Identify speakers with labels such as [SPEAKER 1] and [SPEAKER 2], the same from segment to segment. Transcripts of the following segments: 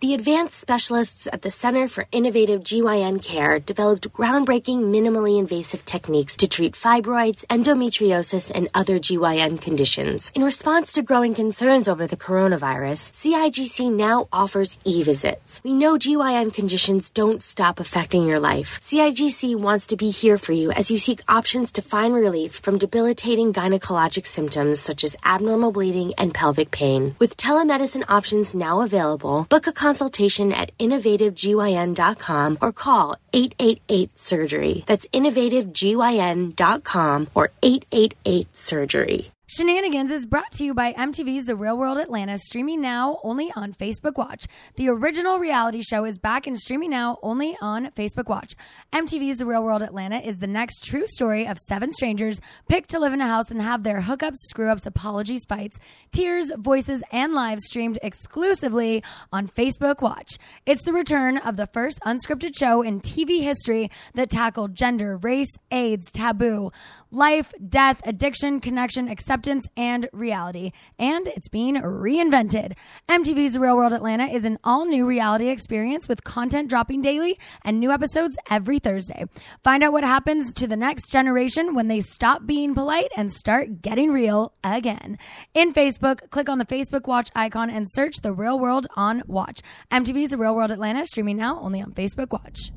[SPEAKER 1] The advanced specialists at the Center for Innovative GYN Care developed groundbreaking minimally invasive techniques to treat fibroids, endometriosis, and other GYN conditions. In response to growing concerns over the coronavirus, CIGC now offers e-visits. We know GYN conditions don't stop affecting your life. CIGC wants to be here for you as you seek options to find relief from debilitating gynecologic symptoms such as abnormal bleeding and pelvic pain. With telemedicine options now available, book a consultation at innovativegyn.com or call 888-SURGERY. That's innovativegyn.com or 888-SURGERY.
[SPEAKER 2] Shenanigans is brought to you by MTV's The Real World Atlanta, streaming now only on Facebook Watch. The original reality show is back and streaming now only on Facebook Watch. MTV's The Real World Atlanta is the next true story of seven strangers picked to live in a house and have their hookups, screw ups, apologies, fights, tears, voices, and live streamed exclusively on Facebook Watch. It's the return of the first unscripted show in TV history that tackled gender, race, AIDS, taboo, life, death, addiction, connection, acceptance acceptance and reality, and it's being reinvented. MTV's Real World Atlanta is an all new reality experience with content dropping daily and new episodes every Thursday. Find out what happens to the next generation when they stop being polite and start getting real again. In Facebook, click on the Facebook Watch icon and search The Real World on Watch. MTV's Real World Atlanta streaming now only on Facebook Watch.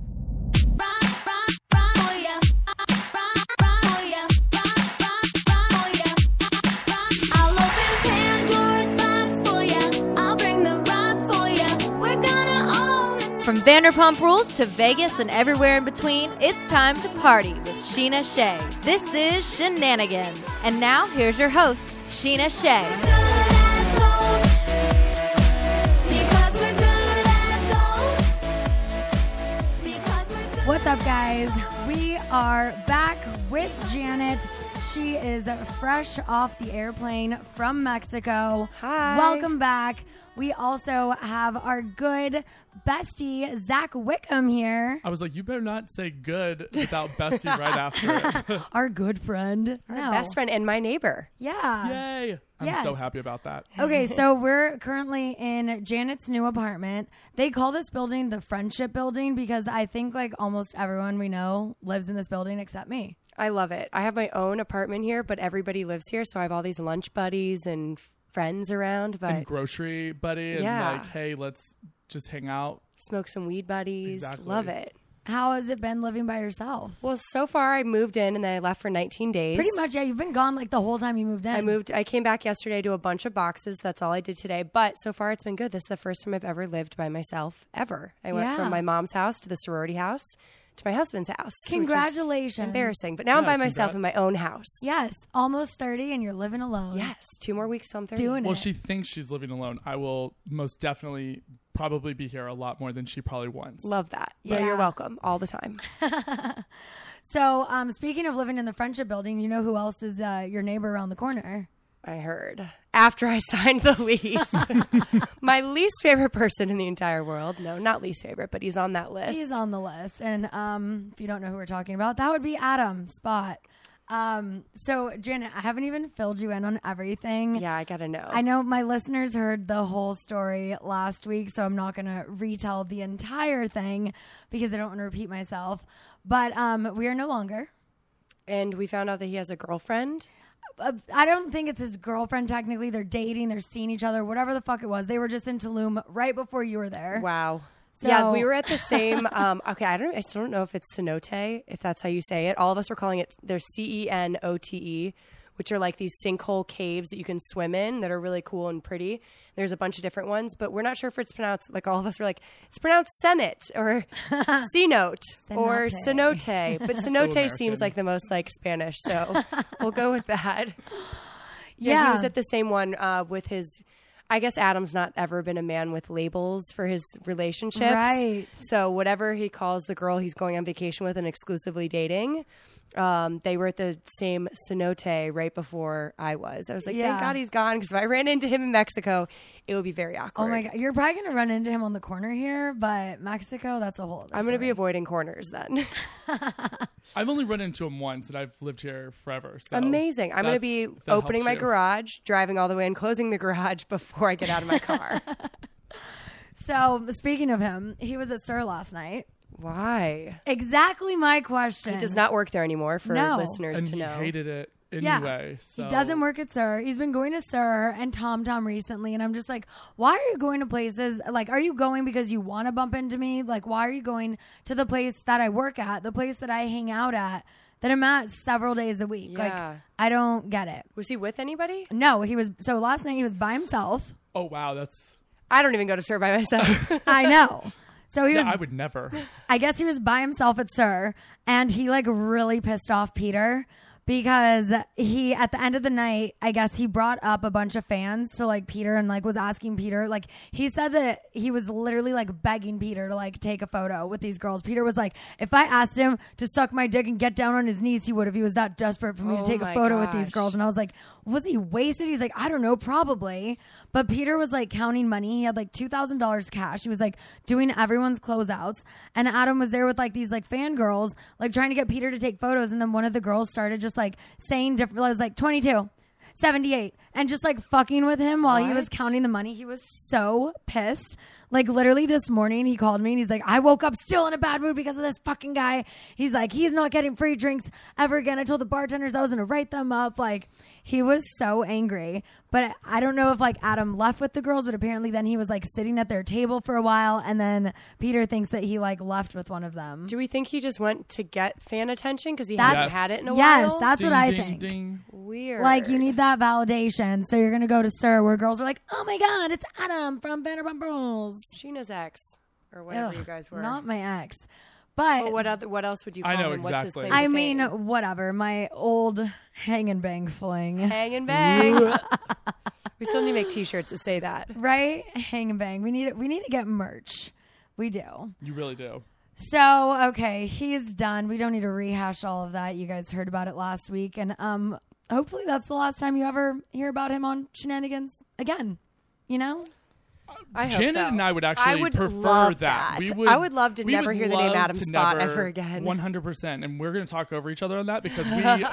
[SPEAKER 3] From Vanderpump Rules to Vegas and everywhere in between, it's time to party with Sheena Shea. This is Shenanigans. And now, here's your host, Sheena Shea.
[SPEAKER 2] What's up, guys? We are back with Janet. She is fresh off the airplane from Mexico.
[SPEAKER 4] Hi.
[SPEAKER 2] Welcome back. We also have our good bestie, Zach Wickham, here.
[SPEAKER 5] I was like, you better not say good without bestie right after it.
[SPEAKER 2] Our good friend.
[SPEAKER 4] Our best friend and my neighbor.
[SPEAKER 2] Yeah.
[SPEAKER 5] Yay! I'm
[SPEAKER 2] Yes.
[SPEAKER 5] so happy about that.
[SPEAKER 2] Okay, so we're currently in Janet's new apartment. They call this building the Friendship Building because I think like almost everyone we know lives in this building except me.
[SPEAKER 4] I love it. I have my own apartment here, but everybody lives here, so I have all these lunch buddies and friends around, but
[SPEAKER 5] And grocery buddy, and
[SPEAKER 4] Yeah.
[SPEAKER 5] like, hey, let's just hang out.
[SPEAKER 4] smoke some weed buddies.
[SPEAKER 5] Exactly.
[SPEAKER 4] Love it.
[SPEAKER 2] How has it been living by yourself?
[SPEAKER 4] Well, so far I moved in and then I left for 19 days.
[SPEAKER 2] Pretty much, yeah. You've been gone like the whole time you moved in.
[SPEAKER 4] I moved I came back yesterday to a bunch of boxes. That's all I did today. But so far it's been good. This is the first time I've ever lived by myself ever. I went
[SPEAKER 2] Yeah.
[SPEAKER 4] from my mom's house to the sorority house to my husband's house. which is
[SPEAKER 2] Congratulations.
[SPEAKER 4] Embarrassing. But now I'm by myself in my own house.
[SPEAKER 2] Yes, almost thirty, and you're living alone.
[SPEAKER 4] Yes. Two more weeks till I'm 30.
[SPEAKER 2] doing
[SPEAKER 5] Well,
[SPEAKER 2] it.
[SPEAKER 5] she thinks she's living alone. I will most definitely probably be here a lot more than she probably wants.
[SPEAKER 4] Love that. Yeah.
[SPEAKER 2] Yeah.
[SPEAKER 4] You're welcome all the time.
[SPEAKER 2] so, um, speaking of living in the friendship building, you know who else is uh, your neighbor around the corner?
[SPEAKER 4] I heard. After I signed the lease, my least favorite person in the entire world. No, not least favorite, but he's on that list.
[SPEAKER 2] He's on the list, and um, if you don't know who we're talking about, that would be Adam Spot. Um, so, Janet, I haven't even filled you in on everything.
[SPEAKER 4] yeah, I gotta know.
[SPEAKER 2] I know my listeners heard the whole story last week, so I'm not going to retell the entire thing because I don't want to repeat myself. But um, we are no longer.
[SPEAKER 4] and we found out that he has a girlfriend.
[SPEAKER 2] Uh, I don't think it's his girlfriend technically. They're dating, they're seeing each other, whatever the fuck it was. They were just in Tulum right before you were there.
[SPEAKER 4] Wow. yeah,
[SPEAKER 2] So-
[SPEAKER 4] we were at the same. Um, okay, I don't. I still don't know if it's cenote, if that's how you say it. All of us were calling it. They're C E N O T E, which are like these sinkhole caves that you can swim in that are really cool and pretty. There's a bunch of different ones, but we're not sure if it's pronounced. Like all of us were like, it's pronounced Senate or cenote or
[SPEAKER 2] Cenote.
[SPEAKER 4] cenote, but cenote seems
[SPEAKER 5] American.
[SPEAKER 4] like the most like Spanish, so we'll go with that. Yeah,
[SPEAKER 2] Yeah.
[SPEAKER 4] he was at the same one uh, with his. I guess Adam's not ever been a man with labels for his relationships,
[SPEAKER 2] Right.
[SPEAKER 4] So whatever he calls the girl he's going on vacation with and exclusively dating, um, they were at the same cenote right before I was. I was like,
[SPEAKER 2] Yeah.
[SPEAKER 4] thank God he's gone because if I ran into him in Mexico, it would be very awkward.
[SPEAKER 2] Oh my god, you're probably gonna run into him on the corner here, but Mexico, that's a whole. Other
[SPEAKER 4] I'm going to be
[SPEAKER 2] story.
[SPEAKER 4] avoiding corners then.
[SPEAKER 5] I've only run into him once, and I've lived here forever. So
[SPEAKER 2] Oh,
[SPEAKER 4] Amazing. I'm going to
[SPEAKER 5] that's-
[SPEAKER 4] be
[SPEAKER 5] that helps
[SPEAKER 4] opening my
[SPEAKER 5] you.
[SPEAKER 4] garage, driving all the way, and closing the garage before I get out of my car.
[SPEAKER 2] So speaking of him, he was at Sir last night.
[SPEAKER 4] Why?
[SPEAKER 2] Exactly my question.
[SPEAKER 4] He does not work there anymore for
[SPEAKER 2] No.
[SPEAKER 4] listeners
[SPEAKER 5] And
[SPEAKER 4] to
[SPEAKER 5] he
[SPEAKER 4] know.
[SPEAKER 5] hated it
[SPEAKER 2] Yeah.
[SPEAKER 5] anyway. So
[SPEAKER 2] He doesn't work at Sir. He's been going to Sir and Tom Tom recently, and I'm just like, why are you going to places? Like, are you going because you want to bump into me? Like, why are you going to the place that I work at, the place that I hang out at, that I'm at several days a week?
[SPEAKER 4] Yeah.
[SPEAKER 2] Like, I don't get it.
[SPEAKER 4] Was he with anybody?
[SPEAKER 2] No, he was so last night he was by himself.
[SPEAKER 5] Oh wow, that's
[SPEAKER 4] I don't even go to Sir by myself.
[SPEAKER 2] I know. So he was
[SPEAKER 5] yeah, I would never.
[SPEAKER 2] I guess he was by himself at Sir, and he like really pissed off Peter because he at the end of the night, I guess he brought up a bunch of fans to like Peter and like was asking Peter like he said that he was literally like begging Peter to like take a photo with these girls. Peter was like, if I asked him to suck my dick and get down on his knees, he would if he was that desperate for me
[SPEAKER 4] Oh
[SPEAKER 2] to take a
[SPEAKER 4] my
[SPEAKER 2] photo with these
[SPEAKER 4] gosh.
[SPEAKER 2] girls. And I was like, was he wasted? He's like, I don't know, probably. But Peter was like counting money. He had like $2,000 cash. He was like doing everyone's closeouts. And Adam was there with like these like fangirls, like trying to get Peter to take photos. And then one of the girls started just like saying different, I was like 22, 78, and just like fucking with him while he was
[SPEAKER 4] What?
[SPEAKER 2] counting the money. He was so pissed. Like literally this morning, he called me and he's like, I woke up still in a bad mood because of this fucking guy. He's like, he's not getting free drinks ever again. I told the bartenders I was gonna write them up. Like he was so angry. But I don't know if like Adam left with the girls, but apparently then he was like sitting at their table for a while, and then Peter thinks that he like left with one of them.
[SPEAKER 4] Do we think he just went to get fan attention because he
[SPEAKER 2] That's-
[SPEAKER 4] hasn't had it in a
[SPEAKER 2] yes,
[SPEAKER 4] while?
[SPEAKER 2] that's
[SPEAKER 5] ding,
[SPEAKER 2] what I
[SPEAKER 5] ding,
[SPEAKER 2] think.
[SPEAKER 5] Ding.
[SPEAKER 4] weird.
[SPEAKER 2] Like you need that validation, so you're gonna go to Sir, where girls are like, "Oh my God, it's Adam from Vanderpump Rules."
[SPEAKER 4] Sheena's ex or whatever
[SPEAKER 2] Ugh,
[SPEAKER 4] you guys were.
[SPEAKER 2] Not my ex. But
[SPEAKER 4] But what other? What else would you call
[SPEAKER 5] I know
[SPEAKER 4] him? What's his
[SPEAKER 5] exactly.
[SPEAKER 4] claim to
[SPEAKER 2] I
[SPEAKER 4] fame?
[SPEAKER 2] mean, uh, whatever. My old hang and bang fling.
[SPEAKER 4] hang and bang. we still need to make T-shirts that say that.
[SPEAKER 2] Right? Hang and bang. We need we need to get merch. We do.
[SPEAKER 5] You really do.
[SPEAKER 2] So, okay, he's done. We don't need to rehash all of that. You guys heard about it last week and um hopefully that's the last time you ever hear about him on Shenanigans again. You know?
[SPEAKER 4] I hope
[SPEAKER 5] Janet
[SPEAKER 4] so.
[SPEAKER 5] and I would actually
[SPEAKER 4] would
[SPEAKER 5] prefer
[SPEAKER 4] love
[SPEAKER 5] that. We would,
[SPEAKER 4] I would love to
[SPEAKER 5] we
[SPEAKER 4] never
[SPEAKER 5] would
[SPEAKER 4] hear the name
[SPEAKER 5] love
[SPEAKER 4] Adam
[SPEAKER 5] to
[SPEAKER 4] Spot
[SPEAKER 5] never-
[SPEAKER 4] ever again.
[SPEAKER 5] 100%. And we're going to talk over each other on that because we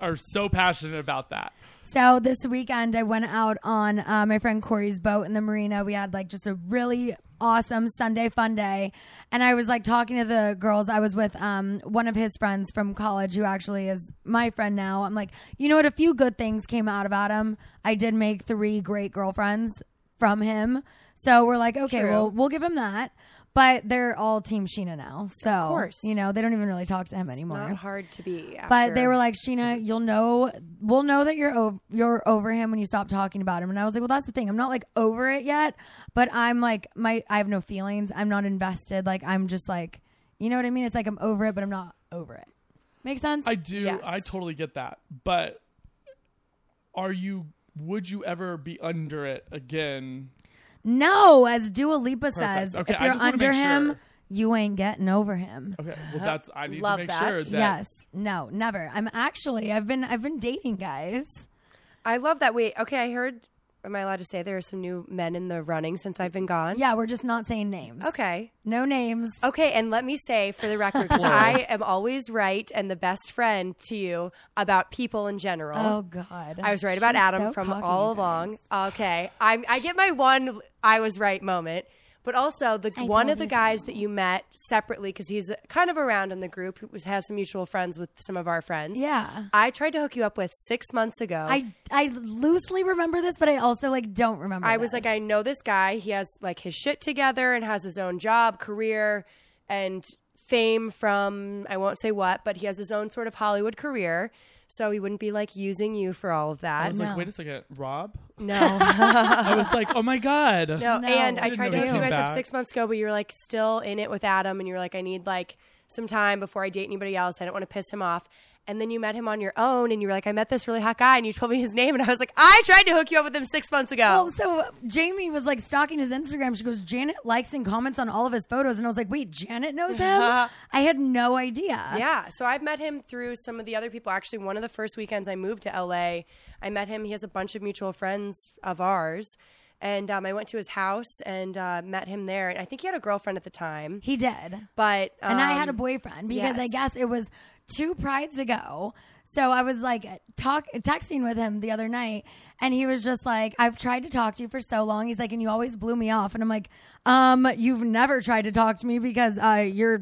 [SPEAKER 5] are so passionate about that.
[SPEAKER 2] So this weekend, I went out on uh, my friend Corey's boat in the marina. We had like just a really awesome Sunday fun day, and I was like talking to the girls. I was with um, one of his friends from college, who actually is my friend now. I'm like, you know what? A few good things came out of Adam. I did make three great girlfriends from him. So we're like, okay,
[SPEAKER 4] True.
[SPEAKER 2] well, we'll give him that. But they're all Team Sheena now, so of
[SPEAKER 4] course.
[SPEAKER 2] you know they don't even really talk to him anymore.
[SPEAKER 4] Not hard to be. After.
[SPEAKER 2] But they were like,
[SPEAKER 5] Mm-hmm.
[SPEAKER 2] Sheena, you'll know, we'll know that you're over, you're over him when you stop talking about him. And I was like, well, that's the thing. I'm not like over it yet, but I'm like, my I have no feelings. I'm not invested. Like I'm just like, you know what I mean? It's like I'm over it, but I'm not over it. Make sense?
[SPEAKER 5] I do.
[SPEAKER 4] Yes.
[SPEAKER 5] I totally get that. But are you, would you ever be under it again?
[SPEAKER 2] no, as Dua Lipa
[SPEAKER 5] Perfect.
[SPEAKER 2] says,
[SPEAKER 5] Okay,
[SPEAKER 2] if
[SPEAKER 5] I
[SPEAKER 2] you're
[SPEAKER 5] just wanna
[SPEAKER 2] under
[SPEAKER 5] make
[SPEAKER 2] him,
[SPEAKER 5] sure.
[SPEAKER 2] you ain't getting over him.
[SPEAKER 5] Okay. Well, that's, I need
[SPEAKER 4] Uh-huh. Love
[SPEAKER 5] to make
[SPEAKER 4] that.
[SPEAKER 5] sure that.
[SPEAKER 2] Yes. No, never. I'm actually I've been I've been dating guys.
[SPEAKER 4] I love that. Wait, okay, I heard. Am I allowed to say there are some new men in the running since I've been gone?
[SPEAKER 2] Yeah, we're just not saying names.
[SPEAKER 4] Okay.
[SPEAKER 2] No names.
[SPEAKER 4] Okay, and let me say for the record, because I am always right and the best friend to you about people in general.
[SPEAKER 2] Oh God!
[SPEAKER 4] I was right about
[SPEAKER 2] She's
[SPEAKER 4] Adam
[SPEAKER 2] so
[SPEAKER 4] from
[SPEAKER 2] cocky,
[SPEAKER 4] all
[SPEAKER 2] you guys.
[SPEAKER 4] along. Okay, I, I get my one I was right moment, but also the
[SPEAKER 2] I
[SPEAKER 4] one
[SPEAKER 2] told
[SPEAKER 4] of the
[SPEAKER 2] you
[SPEAKER 4] guys that you met separately because he's kind of around in the group who was, has some mutual friends with some of our friends.
[SPEAKER 2] Yeah.
[SPEAKER 4] I tried to hook you up with six months ago.
[SPEAKER 2] I I loosely remember this, but I also like don't remember.
[SPEAKER 4] I was
[SPEAKER 2] this.
[SPEAKER 4] like, I know this guy. He has like his shit together and has his own job, career, and fame from I won't say what, but he has his own sort of Hollywood career. So he wouldn't be like using you for all of
[SPEAKER 5] I
[SPEAKER 4] that.
[SPEAKER 5] was
[SPEAKER 2] No.
[SPEAKER 5] like, wait a second, Rob?
[SPEAKER 4] No,
[SPEAKER 5] I was like, oh my God.
[SPEAKER 4] no. And
[SPEAKER 2] I
[SPEAKER 4] I
[SPEAKER 5] didn't
[SPEAKER 4] tried
[SPEAKER 5] know
[SPEAKER 4] to
[SPEAKER 5] he
[SPEAKER 4] hook you
[SPEAKER 5] came
[SPEAKER 4] guys up
[SPEAKER 5] back.
[SPEAKER 4] six months ago, but you were like still in it with Adam, and you were like, I need like some time before I date anybody else. I don't want to piss him off. and then you met him on your own and you were like, I met this really hot guy and you told me his name and I was like, I tried to hook you up with him six months ago.
[SPEAKER 2] Well, so Jamie was like stalking his Instagram. She goes, Janet likes and comments on all of his photos. And I was like, wait, Janet knows him? I had no idea.
[SPEAKER 4] yeah. So I've met him through some of the other people. Actually, one of the first weekends I moved to LA, I met him. He has a bunch of mutual friends of ours. And um, I went to his house and uh, met him there. And I think he had a girlfriend at the time.
[SPEAKER 2] He did.
[SPEAKER 4] But um,
[SPEAKER 2] and I had a boyfriend because I
[SPEAKER 4] yes.
[SPEAKER 2] guess it was two prides ago. So I was like talk texting with him the other night and he was just like I've tried to talk to you for so long. He's like and you always blew me off and I'm like um you've never tried to talk to me because uh you're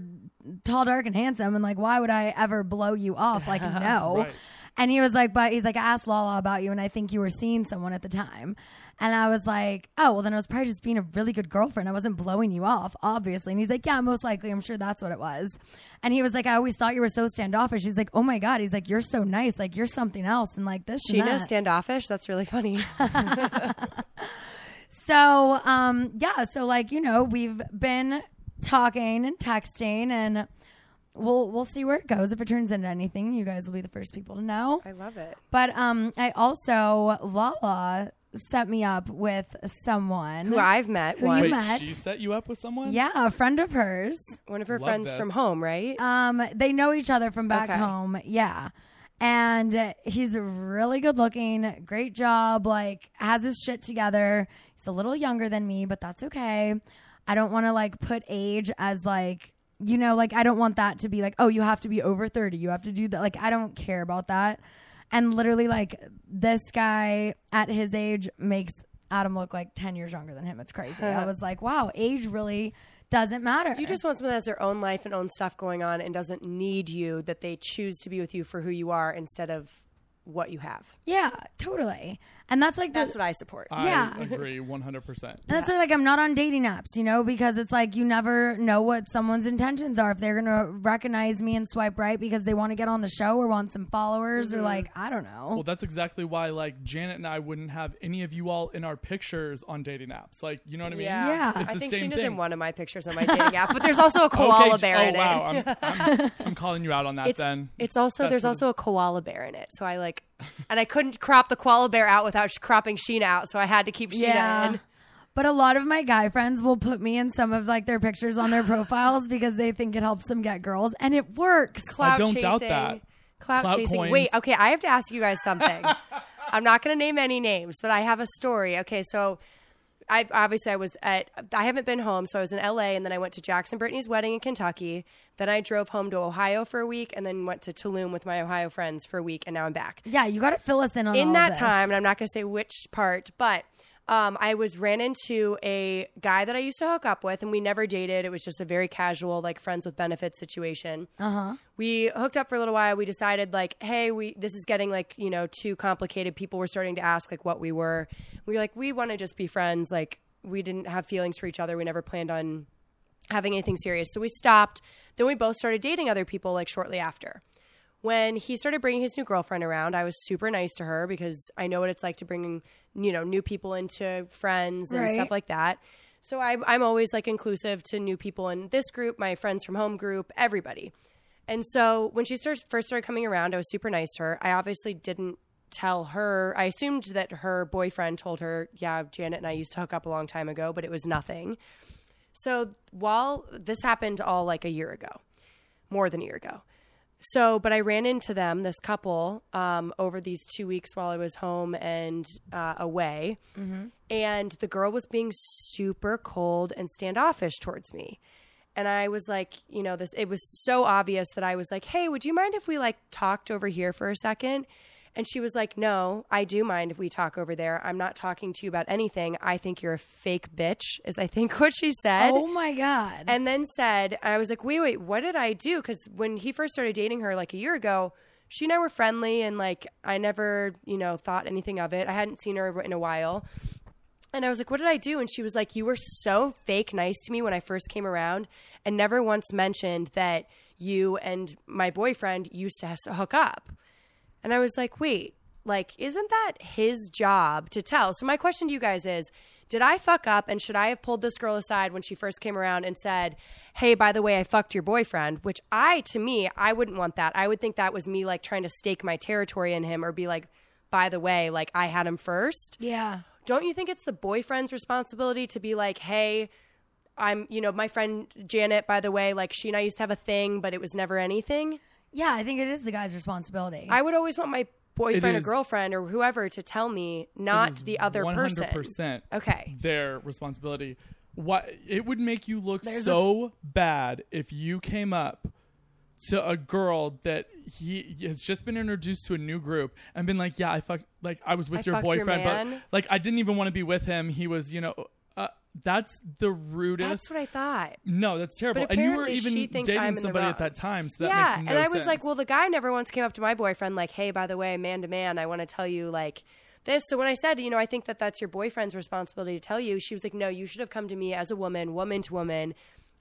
[SPEAKER 2] tall, dark and handsome and like why would I ever blow you off? Like no.
[SPEAKER 5] Right.
[SPEAKER 2] And he was like, but he's like, I asked Lala about you, and I think you were seeing someone at the time. And I was like, oh, well, then I was probably just being a really good girlfriend. I wasn't blowing you off, obviously. And he's like, yeah, most likely. I'm sure that's what it was. And he was like, I always thought you were so standoffish. He's like, oh my God. He's like, you're so nice. Like, you're something else. And like this. and
[SPEAKER 4] Sheena
[SPEAKER 2] that.
[SPEAKER 4] standoffish. That's really funny.
[SPEAKER 2] So, um, yeah, so like, you know, we've been talking and texting and we'll we'll see where it goes. If it turns into anything, you guys will be the first people to know.
[SPEAKER 4] I love it.
[SPEAKER 2] But um I also Lala set me up with someone.
[SPEAKER 4] Who I've met
[SPEAKER 2] Who you
[SPEAKER 4] once.
[SPEAKER 5] Wait,
[SPEAKER 2] met.
[SPEAKER 5] she set you up with someone?
[SPEAKER 2] yeah, a friend of hers.
[SPEAKER 4] One of her
[SPEAKER 5] Love
[SPEAKER 4] friends from
[SPEAKER 5] this.
[SPEAKER 4] home, right?
[SPEAKER 2] Um they know each other from back
[SPEAKER 4] Okay.
[SPEAKER 2] home. Yeah. And uh, he's really good looking, great job, like has his shit together. He's a little younger than me, but that's okay. I don't want to like put age as like you know, like I don't want that to be like, oh, you have to be over 30. You have to do that. Like I don't care about that. And literally like this guy at his age makes Adam look like 10 years younger than him. It's crazy. I was like, wow, age really doesn't matter.
[SPEAKER 4] You just want someone that has their own life and own stuff going on and doesn't need you, that they choose to be with you for who you are instead of what you have.
[SPEAKER 2] Yeah, totally. And that's like the,
[SPEAKER 4] That's what I support.
[SPEAKER 5] I
[SPEAKER 2] Yeah.
[SPEAKER 5] agree 100%.
[SPEAKER 2] And that's why, like, I'm not on dating apps, you know, because it's like you never know what someone's intentions are. If they're gonna recognize me and swipe right because they want to get on the show or want some followers
[SPEAKER 4] Mm-hmm.
[SPEAKER 2] or like I don't know.
[SPEAKER 5] Well, that's exactly why, like, Janet and I wouldn't have any of you all in our pictures on dating apps. Like, you know what I mean?
[SPEAKER 2] Yeah.
[SPEAKER 5] It's
[SPEAKER 4] I
[SPEAKER 5] the
[SPEAKER 4] think
[SPEAKER 5] same
[SPEAKER 4] she
[SPEAKER 5] thing.
[SPEAKER 4] in one of my pictures on my dating app, but there's also a koala
[SPEAKER 5] okay,
[SPEAKER 4] bear
[SPEAKER 5] oh,
[SPEAKER 4] in it.
[SPEAKER 5] wow. I'm, I'm, I'm calling you out on that
[SPEAKER 4] It's,
[SPEAKER 5] then.
[SPEAKER 4] it's also there's also a koala bear in it, so I like, and I couldn't crop the koala bear out without sh- cropping Sheena out, so I had to keep Sheena in.
[SPEAKER 2] But a lot of my guy friends will put me in some of like their pictures on their profiles because they think it helps them get girls, and it works.
[SPEAKER 4] Clout
[SPEAKER 5] I don't
[SPEAKER 4] chasing.
[SPEAKER 5] doubt that.
[SPEAKER 4] Clout,
[SPEAKER 5] Clout
[SPEAKER 4] chasing.
[SPEAKER 5] coins.
[SPEAKER 4] Wait, okay, I have to ask you guys something. I'm not going to name any names, but I have a story. Okay, so I obviously I was at I haven't been home, so I was in LA and then I went to Jackson Brittany's wedding in Kentucky. Then I drove home to Ohio for a week and then went to Tulum with my Ohio friends for a week and now I'm back
[SPEAKER 2] Yeah, you got to fill us in on
[SPEAKER 4] in
[SPEAKER 2] all
[SPEAKER 4] that
[SPEAKER 2] this.
[SPEAKER 4] time, and I'm not going to say which part, but um, I was ran into a guy that I used to hook up with, and we never dated. It was just a very casual, like friends with benefits situation. Uh-huh. We hooked up for a little while. We decided, like, hey, we this is getting like you know too complicated. People were starting to ask like what we were. We were like, we want to just be friends. Like, we didn't have feelings for each other. We never planned on having anything serious. So we stopped. Then we both started dating other people like shortly after. When he started bringing his new girlfriend around, I was super nice to her because I know what it's like to bring, you know, new people into friends and
[SPEAKER 2] Right.
[SPEAKER 4] stuff like that. So I, I'm always like inclusive to new people in this group, my friends from home group, everybody. And so when she starts, first started coming around, I was super nice to her. I obviously didn't tell her. I assumed that her boyfriend told her, yeah, Janet and I used to hook up a long time ago, but it was nothing. So while this happened all like a year ago, more than a year ago. So, but I ran into them, this couple, um, over these two weeks while I was home and uh, away. And the girl was being super cold and standoffish towards me. And I was like, you know, this, it was so obvious that I was like, hey, would you mind if we like talked over here for a second? And she was like, no, I do mind if we talk over there. I'm not talking to you about anything. I think you're a fake bitch, is I think what she said
[SPEAKER 2] Oh my god!
[SPEAKER 4] and then said, I was like, wait, wait, what did I do? Because when he first started dating her like a year ago, she and I were friendly and like I never, you know, thought anything of it. I hadn't seen her in a while. And I was like, what did I do? And she was like, you were so fake nice to me when I first came around and never once mentioned that you and my boyfriend used to hook up. And I was like, wait, like, isn't that his job to tell? So, my question to you guys is did I fuck up and should I have pulled this girl aside when she first came around and said, hey, by the way, I fucked your boyfriend? Which I, to me, I wouldn't want that. I would think that was me like trying to stake my territory in him or be like, by the way, like I had him first.
[SPEAKER 2] Yeah.
[SPEAKER 4] Don't you think it's the boyfriend's responsibility to be like, hey, I'm, you know, my friend Janet, by the way, like she and I used to have a thing, but it was never anything?
[SPEAKER 2] Yeah, I think it is the guy's responsibility.
[SPEAKER 4] I would always want my boyfriend or
[SPEAKER 5] is-
[SPEAKER 4] girlfriend or whoever to tell me, not the other person.
[SPEAKER 5] 100%
[SPEAKER 4] Okay.
[SPEAKER 5] their responsibility. What it would make you look
[SPEAKER 2] There's a-
[SPEAKER 5] so bad if you came up to a girl that he has just been introduced to a new group and been like, "Yeah, I fucked like I was with
[SPEAKER 4] I
[SPEAKER 5] your
[SPEAKER 4] fucked your
[SPEAKER 5] boyfriend,
[SPEAKER 4] man."
[SPEAKER 5] but like I didn't even want to be with him. He was, you know, uh, that's the rudest.
[SPEAKER 4] That's what I thought.
[SPEAKER 5] no, that's terrible.
[SPEAKER 4] But
[SPEAKER 5] and you were
[SPEAKER 4] apparently
[SPEAKER 5] even
[SPEAKER 4] she thinks
[SPEAKER 5] dating
[SPEAKER 4] I'm in the
[SPEAKER 5] somebody at
[SPEAKER 4] wrong.
[SPEAKER 5] that time, so that
[SPEAKER 4] yeah,
[SPEAKER 5] makes no
[SPEAKER 4] and I was
[SPEAKER 5] sense.
[SPEAKER 4] like, well, the guy never once came up to my boyfriend like, hey, by the way, man to man, I want to tell you like this. So when I said, you know, I think that that's your boyfriend's responsibility to tell you, she was like, no, you should have come to me as a woman, woman to woman,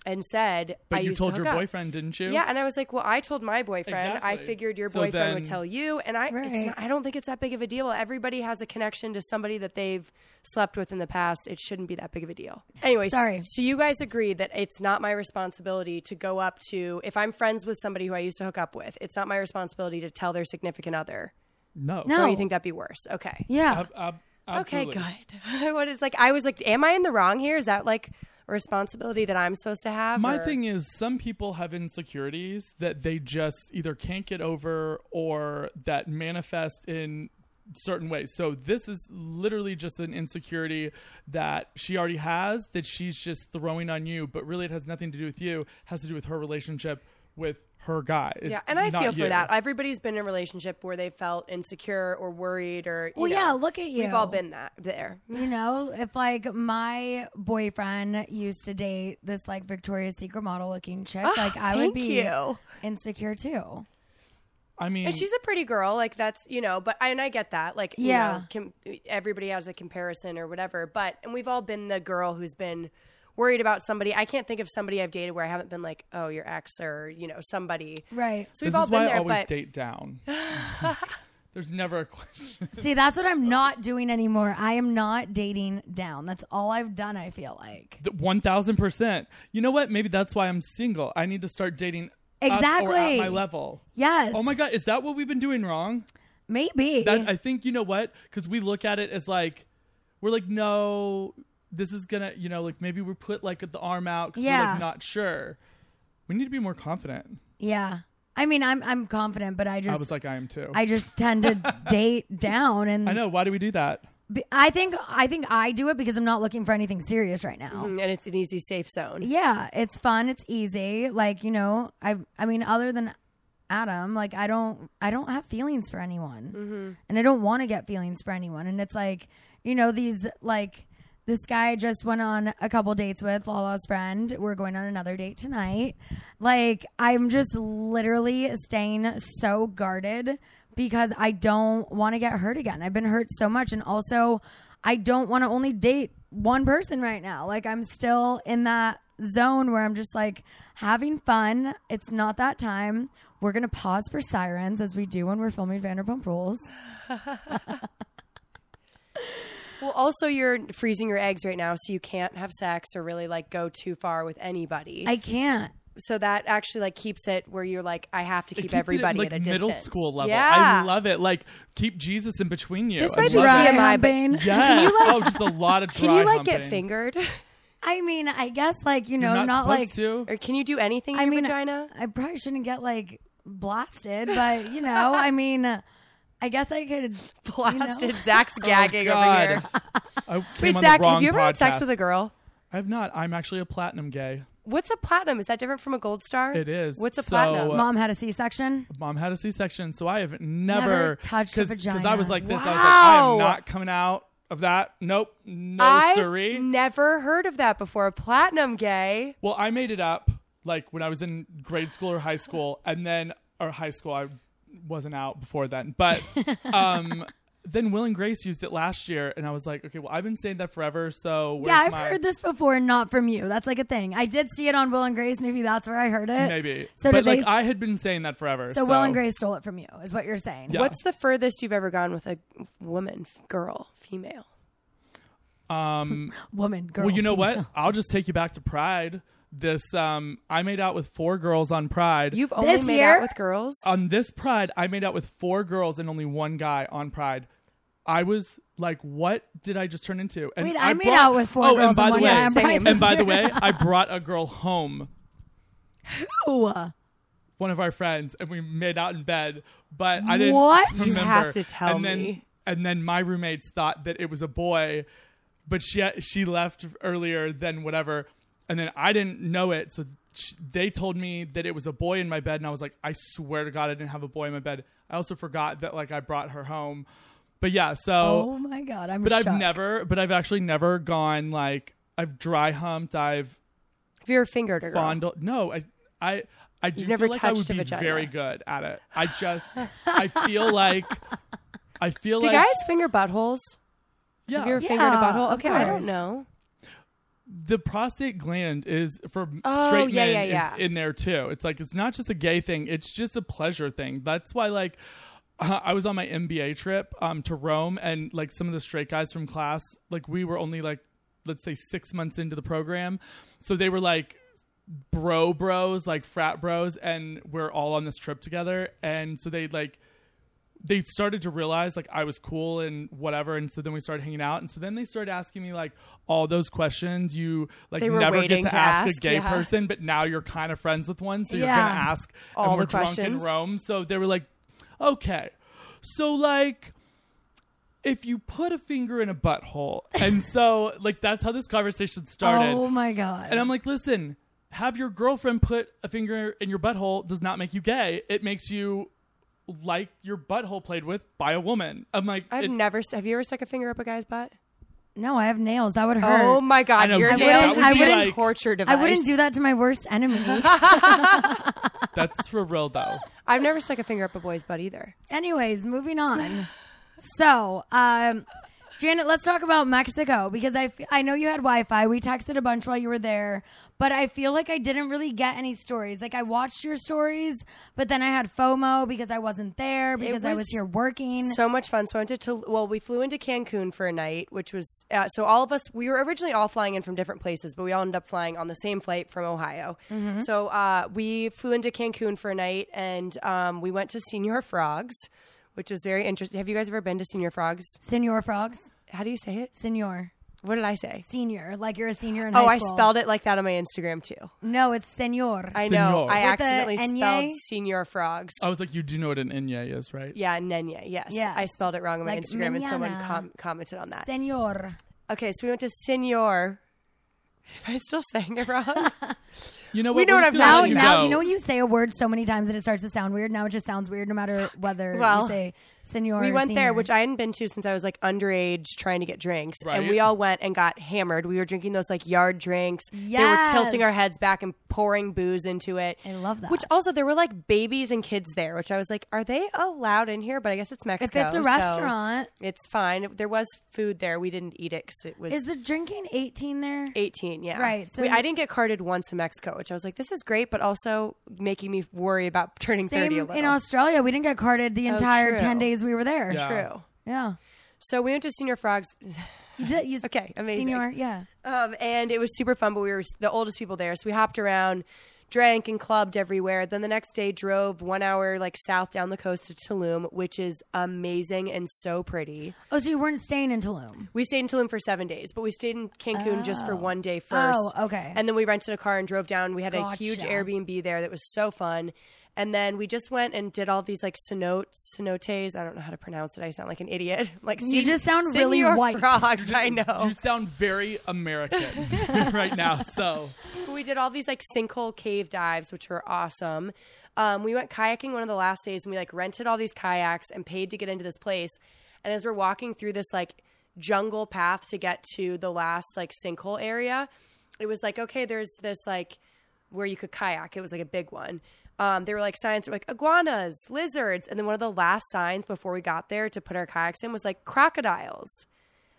[SPEAKER 4] and said,
[SPEAKER 5] but
[SPEAKER 4] I
[SPEAKER 5] you
[SPEAKER 4] used
[SPEAKER 5] told
[SPEAKER 4] to
[SPEAKER 5] your
[SPEAKER 4] hook up.
[SPEAKER 5] boyfriend, didn't you?
[SPEAKER 4] Yeah, and I was like, well, I told my boyfriend. I
[SPEAKER 5] Exactly.
[SPEAKER 4] figured your
[SPEAKER 5] So
[SPEAKER 4] boyfriend
[SPEAKER 5] then-
[SPEAKER 4] would tell you, and I, it's
[SPEAKER 2] Right.
[SPEAKER 4] not, I don't think it's that big of a deal. Everybody has a connection to somebody that they've slept with in the past. It shouldn't be that big of a deal. Anyway, s-
[SPEAKER 2] Sorry.
[SPEAKER 4] So you guys agree that it's not my responsibility to go up to if I'm friends with somebody who I used to hook up with. It's not my responsibility to tell their significant other.
[SPEAKER 5] no,
[SPEAKER 2] No.
[SPEAKER 4] Or you think that'd be worse? Okay.
[SPEAKER 2] yeah.
[SPEAKER 5] Ab- ab- absolutely.
[SPEAKER 4] Okay. Good. what is like? I was like, am I in the wrong here? Is that like a responsibility that I'm supposed to have?
[SPEAKER 5] My
[SPEAKER 4] or-
[SPEAKER 5] thing is, some people have insecurities that they just either can't get over or that manifest in certain ways. So this is literally just an insecurity that she already has that she's just throwing on you, but really it has nothing to do with you. It has to do with her relationship with her guy. It's
[SPEAKER 4] Yeah, and I
[SPEAKER 5] not
[SPEAKER 4] feel for
[SPEAKER 5] you.
[SPEAKER 4] that. Everybody's been in a relationship where they felt insecure or worried or. You
[SPEAKER 2] Well, yeah,
[SPEAKER 4] know,
[SPEAKER 2] look at you.
[SPEAKER 4] We've all been that there.
[SPEAKER 2] You know, if like my boyfriend used to date this like Victoria's Secret model looking chick, like I would
[SPEAKER 4] Ah, thank
[SPEAKER 2] be
[SPEAKER 4] you.
[SPEAKER 2] insecure too.
[SPEAKER 5] I mean,
[SPEAKER 4] And she's a pretty girl, like that's you know. But I, and I get that, like you
[SPEAKER 2] Yeah.
[SPEAKER 4] know, com- everybody has a comparison or whatever. But and we've all been the girl who's been worried about somebody. I can't think of somebody I've dated where I haven't been like, oh, your ex or you know somebody.
[SPEAKER 2] Right.
[SPEAKER 4] So
[SPEAKER 5] this
[SPEAKER 4] we've
[SPEAKER 5] is
[SPEAKER 4] all been
[SPEAKER 5] why I
[SPEAKER 4] there,
[SPEAKER 5] always
[SPEAKER 4] but
[SPEAKER 5] date down. There's never a question.
[SPEAKER 2] See, that's what I'm not doing anymore. I am not dating down. That's all I've done, I feel like.
[SPEAKER 5] One thousand percent. You know what? Maybe that's why I'm single. I need to start dating up or at
[SPEAKER 2] Exactly.
[SPEAKER 5] my level.
[SPEAKER 2] Yes.
[SPEAKER 5] Oh my god, is that what we've been doing wrong?
[SPEAKER 2] Maybe.
[SPEAKER 5] That I think you know what? Because we look at it as like we're like no, this is gonna you know like maybe we put like the arm out because we're
[SPEAKER 2] Yeah.
[SPEAKER 5] like not sure. We need to be more confident.
[SPEAKER 2] yeah. I mean, I'm I'm confident, but I
[SPEAKER 5] I
[SPEAKER 2] just
[SPEAKER 5] was like I am too.
[SPEAKER 2] I just tend to date down and
[SPEAKER 5] I know. Why do we do that?
[SPEAKER 2] B- I think I think I do it because I'm not looking for anything serious right now.
[SPEAKER 4] and it's an easy safe zone.
[SPEAKER 2] Yeah, it's fun, it's easy. Like, you know, I I mean other than Adam, like I don't I don't have feelings for anyone. And I don't want to get feelings for anyone. And it's like, you know, these like this guy I just went on a couple dates with Lala's friend. We're going on another date tonight. Like I'm just literally staying so guarded because I don't want to get hurt again. I've been hurt so much and also I don't want to only date one person right now. Like I'm still in that zone where I'm just like having fun. It's not that time. We're gonna pause for sirens as we do when we're filming Vanderpump Rules.
[SPEAKER 4] Well, also you're freezing your eggs right now, so you can't have sex or really like go too far with anybody.
[SPEAKER 2] I can't.
[SPEAKER 4] so that actually like keeps it where you're like I have to
[SPEAKER 5] It
[SPEAKER 4] keep
[SPEAKER 5] keeps it at,
[SPEAKER 4] everybody
[SPEAKER 5] like
[SPEAKER 4] at a distance.
[SPEAKER 5] middle school level.
[SPEAKER 4] Yeah.
[SPEAKER 5] I love it. Like keep Jesus in between you.
[SPEAKER 4] This
[SPEAKER 5] I
[SPEAKER 4] might be
[SPEAKER 5] love
[SPEAKER 4] dry
[SPEAKER 5] it.
[SPEAKER 4] TMI, but-
[SPEAKER 2] humping.
[SPEAKER 5] Yes. oh, just a lot of dry
[SPEAKER 4] Can you like get
[SPEAKER 5] humping.
[SPEAKER 4] fingered,
[SPEAKER 2] I mean, I guess like you know,
[SPEAKER 5] You're
[SPEAKER 2] not,
[SPEAKER 5] not, supposed
[SPEAKER 2] like
[SPEAKER 5] to.
[SPEAKER 4] or can you do anything in
[SPEAKER 2] I
[SPEAKER 4] your
[SPEAKER 2] mean,
[SPEAKER 4] vagina?
[SPEAKER 2] I probably shouldn't get like blasted, but you know, I mean, I guess I could.
[SPEAKER 4] Blasted. Zach's gagging over here.
[SPEAKER 5] Oh, God. I came
[SPEAKER 4] Wait,
[SPEAKER 5] on
[SPEAKER 4] Zach,
[SPEAKER 5] the wrong
[SPEAKER 4] have you ever had sex
[SPEAKER 5] podcast.
[SPEAKER 4] with a girl?
[SPEAKER 5] I have not. I'm actually a platinum gay.
[SPEAKER 4] What's a platinum? Is that different from a gold star?
[SPEAKER 5] It is.
[SPEAKER 4] What's a
[SPEAKER 5] So,
[SPEAKER 4] platinum?
[SPEAKER 5] uh,
[SPEAKER 2] Mom had a C-section.
[SPEAKER 5] Mom had a C-section, so I have never,
[SPEAKER 2] Never touched a
[SPEAKER 5] Because I was
[SPEAKER 2] vagina.
[SPEAKER 5] like this. I was like, I
[SPEAKER 4] Wow.
[SPEAKER 5] am not coming out of that. Nope. No,
[SPEAKER 4] I've
[SPEAKER 5] siree.
[SPEAKER 4] never heard of that before. A platinum gay.
[SPEAKER 5] well, I made it up like when I was in grade school or high school, and then or high school I wasn't out before then, but um. Then Will and Grace used it last year, and I was like, "Okay, well, I've been saying that forever, so where's
[SPEAKER 2] Yeah, I've
[SPEAKER 5] my
[SPEAKER 2] heard this before, not from you. That's like a thing. I did see it on Will and Grace. Maybe that's where I heard it.
[SPEAKER 5] maybe?"
[SPEAKER 2] So
[SPEAKER 5] but
[SPEAKER 2] did
[SPEAKER 5] like,
[SPEAKER 2] they?
[SPEAKER 5] I had been saying that forever.
[SPEAKER 2] so, Will and Grace stole it from you, is what you're saying.
[SPEAKER 5] Yeah.
[SPEAKER 4] What's the furthest you've ever gone with a woman, f- girl, female?
[SPEAKER 5] Um,
[SPEAKER 2] Woman, girl.
[SPEAKER 5] well, you know
[SPEAKER 2] female.
[SPEAKER 5] what? I'll just take you back to Pride. This um, I made out with four girls on Pride.
[SPEAKER 4] You've only
[SPEAKER 2] This
[SPEAKER 4] made
[SPEAKER 2] year?
[SPEAKER 4] out with girls.
[SPEAKER 5] on this Pride, I made out with four girls and only one guy on Pride. I was like, "What did I just turn into?" And
[SPEAKER 2] Wait, I made
[SPEAKER 5] brought-
[SPEAKER 2] out with four
[SPEAKER 5] oh,
[SPEAKER 2] girls
[SPEAKER 5] and by
[SPEAKER 2] and
[SPEAKER 5] the
[SPEAKER 2] one
[SPEAKER 5] way,
[SPEAKER 2] guy on Pride
[SPEAKER 5] and by
[SPEAKER 2] this
[SPEAKER 5] the
[SPEAKER 2] year.
[SPEAKER 5] way, I brought a girl home,
[SPEAKER 2] Ooh,
[SPEAKER 5] Oh.
[SPEAKER 2] uh,
[SPEAKER 5] one of our friends, and we made out in bed. But I didn't.
[SPEAKER 2] What? You
[SPEAKER 5] Remember.
[SPEAKER 4] have to tell
[SPEAKER 5] and then,
[SPEAKER 4] me.
[SPEAKER 5] And then my roommates thought that it was a boy, but she she left earlier than whatever. And then I didn't know it, so sh they told me that it was a boy in my bed, and I was like, I swear to God, I didn't have a boy in my bed. I also forgot that like I brought her home, but yeah. So,
[SPEAKER 2] Oh my god, I'm
[SPEAKER 5] but
[SPEAKER 2] shocked.
[SPEAKER 5] I've never, but I've actually never gone like I've dry humped, I've
[SPEAKER 4] If you're fingered a girl.
[SPEAKER 5] fondled. No, I, I, I do
[SPEAKER 4] You've never
[SPEAKER 5] feel like I would
[SPEAKER 4] touched a
[SPEAKER 5] be
[SPEAKER 4] vagina.
[SPEAKER 5] very good at it. I just, I feel like, I feel
[SPEAKER 4] Do
[SPEAKER 5] like
[SPEAKER 4] guys finger buttholes?
[SPEAKER 5] yeah.
[SPEAKER 4] Have you ever fingered a
[SPEAKER 2] Yeah,
[SPEAKER 4] butthole?
[SPEAKER 2] of
[SPEAKER 4] Okay, I
[SPEAKER 2] course.
[SPEAKER 4] don't know.
[SPEAKER 5] the prostate gland is for
[SPEAKER 4] Oh,
[SPEAKER 5] straight
[SPEAKER 4] yeah,
[SPEAKER 5] men
[SPEAKER 4] yeah, yeah.
[SPEAKER 5] is in there too. It's like it's not just a gay thing; it's just a pleasure thing. That's why, like, uh, I was on my MBA trip um, to Rome, and like some of the straight guys from class, like we were only like, let's say six months into the program, so they were like bro bros, like frat bros, and we're all on this trip together, and so they like they started to realize like I was cool and whatever, and so then we started hanging out, and so then they started asking me like all those questions you like
[SPEAKER 4] They were
[SPEAKER 5] never get
[SPEAKER 4] waiting
[SPEAKER 5] to,
[SPEAKER 4] to
[SPEAKER 5] ask, a
[SPEAKER 4] ask,
[SPEAKER 5] gay
[SPEAKER 4] yeah.
[SPEAKER 5] person, but now you're kind of friends with one, so you're
[SPEAKER 2] Yeah.
[SPEAKER 5] gonna ask
[SPEAKER 4] All
[SPEAKER 5] and we're
[SPEAKER 4] the
[SPEAKER 5] Drunk in
[SPEAKER 4] questions.
[SPEAKER 5] Rome, so they were like, okay, so like if you put a finger in a butthole, and so like that's how this conversation started.
[SPEAKER 2] Oh my god.
[SPEAKER 5] And I'm like, listen, have your girlfriend put a finger in your butthole does not make you gay. It makes you like your butthole played with by a woman. I'm like,
[SPEAKER 4] I've
[SPEAKER 5] it-
[SPEAKER 4] never. st- Have you ever stuck a finger up a guy's butt?
[SPEAKER 2] no, I have nails. That would hurt.
[SPEAKER 4] Oh my
[SPEAKER 5] I
[SPEAKER 4] god,
[SPEAKER 5] know,
[SPEAKER 4] your
[SPEAKER 5] yeah,
[SPEAKER 4] nails
[SPEAKER 2] that
[SPEAKER 4] would
[SPEAKER 2] would
[SPEAKER 4] be
[SPEAKER 2] be
[SPEAKER 4] a
[SPEAKER 5] like-
[SPEAKER 4] torture device.
[SPEAKER 2] I wouldn't do that to my worst enemy.
[SPEAKER 5] that's for real though.
[SPEAKER 4] I've never stuck a finger up a boy's butt either.
[SPEAKER 2] Anyways, moving on. so, um, Janet, let's talk about Mexico because I, f- I know you had Wi Fi. We texted a bunch while you were there, but I feel like I didn't really get any stories. Like, I watched your stories, but then I had FOMO because I wasn't there, because I
[SPEAKER 4] was
[SPEAKER 2] was here working.
[SPEAKER 4] So much fun. So I went to Tul- well, we flew into Cancun for a night, which was uh, so all of us. We were originally all flying in from different places, but we all ended up flying on the same flight from Ohio.
[SPEAKER 2] Mm-hmm.
[SPEAKER 4] So uh, we flew into Cancun for a night, and um, we went to Senior Frogs, which was very interesting. Have you guys ever been to Senior Frogs?
[SPEAKER 2] Senor Frogs?
[SPEAKER 4] How do you say it?
[SPEAKER 2] Senor.
[SPEAKER 4] What did I say?
[SPEAKER 2] Senior. Like, you're a senior in
[SPEAKER 4] Oh,
[SPEAKER 2] high
[SPEAKER 4] I
[SPEAKER 2] school.
[SPEAKER 4] spelled it like that on my Instagram too.
[SPEAKER 2] No, it's senor.
[SPEAKER 4] I
[SPEAKER 5] Senor. Oh.
[SPEAKER 4] know. I
[SPEAKER 2] With E the
[SPEAKER 4] accidentally
[SPEAKER 2] N-Y?
[SPEAKER 4] spelled Senior Frogs.
[SPEAKER 5] I was like, you do know what an inye is, right?
[SPEAKER 4] Yeah, Nenya. Yes.
[SPEAKER 2] Yeah.
[SPEAKER 4] I spelled it wrong on my
[SPEAKER 2] Like
[SPEAKER 4] Instagram and someone
[SPEAKER 2] manana.
[SPEAKER 4] com- commented on that.
[SPEAKER 2] senor.
[SPEAKER 4] okay, so we went to Senor. Am I still saying it wrong?
[SPEAKER 5] You know what?
[SPEAKER 4] We know
[SPEAKER 5] We're
[SPEAKER 4] what I'm
[SPEAKER 5] just gonna
[SPEAKER 2] Now,
[SPEAKER 5] let
[SPEAKER 4] talking
[SPEAKER 5] you
[SPEAKER 2] now
[SPEAKER 5] go.
[SPEAKER 2] you know when you say a word so many times that it starts to sound weird. Now it just sounds weird no matter whether you
[SPEAKER 4] Well,
[SPEAKER 2] say senor.
[SPEAKER 4] we
[SPEAKER 2] or
[SPEAKER 4] went there,
[SPEAKER 2] senior.
[SPEAKER 4] which I hadn't been to since I was like underage trying to get drinks.
[SPEAKER 5] Right.
[SPEAKER 4] And we all went and got hammered. We were drinking those like yard drinks. They were
[SPEAKER 2] Yes.
[SPEAKER 4] tilting our heads back and pouring booze into it.
[SPEAKER 2] I love that.
[SPEAKER 4] Which also, there were like babies and kids there, which I was like, are they allowed in here? But I guess it's
[SPEAKER 2] if
[SPEAKER 4] Mexico.
[SPEAKER 2] it's a
[SPEAKER 4] so
[SPEAKER 2] restaurant,
[SPEAKER 4] It's fine. There was food there. We didn't eat it because it was.
[SPEAKER 2] is the drinking 18 there?
[SPEAKER 4] 18, yeah.
[SPEAKER 2] Right, so
[SPEAKER 4] we,
[SPEAKER 2] you-
[SPEAKER 4] I didn't get carded once in Mexico, which I was like, this is great, but also making me worry about turning 30 a
[SPEAKER 2] Same
[SPEAKER 4] little.
[SPEAKER 2] in Australia. We didn't get carded the entire
[SPEAKER 4] Oh, true.
[SPEAKER 2] 10 days we were there.
[SPEAKER 5] Yeah.
[SPEAKER 4] True.
[SPEAKER 2] Yeah.
[SPEAKER 4] So we went to Senior Frogs,
[SPEAKER 2] You did, you,
[SPEAKER 4] Okay, amazing.
[SPEAKER 2] Senior, yeah.
[SPEAKER 4] um, and it was super fun, but we were s- the oldest people there. So we hopped around, drank and clubbed everywhere. Then the next day drove one hour like south down the coast to Tulum, which is amazing and so pretty.
[SPEAKER 2] Oh, so you weren't staying in Tulum.
[SPEAKER 4] We stayed in Tulum for seven days, but we stayed in Cancun just for one day first.
[SPEAKER 2] Oh, okay.
[SPEAKER 4] And then we rented a car and drove down. We had a huge
[SPEAKER 2] Gotcha.
[SPEAKER 4] Airbnb there that was so fun. And then we just went and did all these like cenote, cenotes. I don't know how to pronounce it. I sound like an idiot. Like
[SPEAKER 2] You
[SPEAKER 4] "Sen-
[SPEAKER 2] just sound really
[SPEAKER 4] senor
[SPEAKER 2] white."
[SPEAKER 4] Frogs, I know.
[SPEAKER 5] You sound very American right now. So
[SPEAKER 4] we did all these like sinkhole cave dives, which were awesome. Um, we went kayaking one of the last days, and we like rented all these kayaks and paid to get into this place. And as we're walking through this like jungle path to get to the last like sinkhole area, it was like okay, there's this like where you could kayak. It was like a big one. Um, there were like signs that were like iguanas, lizards, and then one of the last signs before we got there to put our kayaks in was like crocodiles.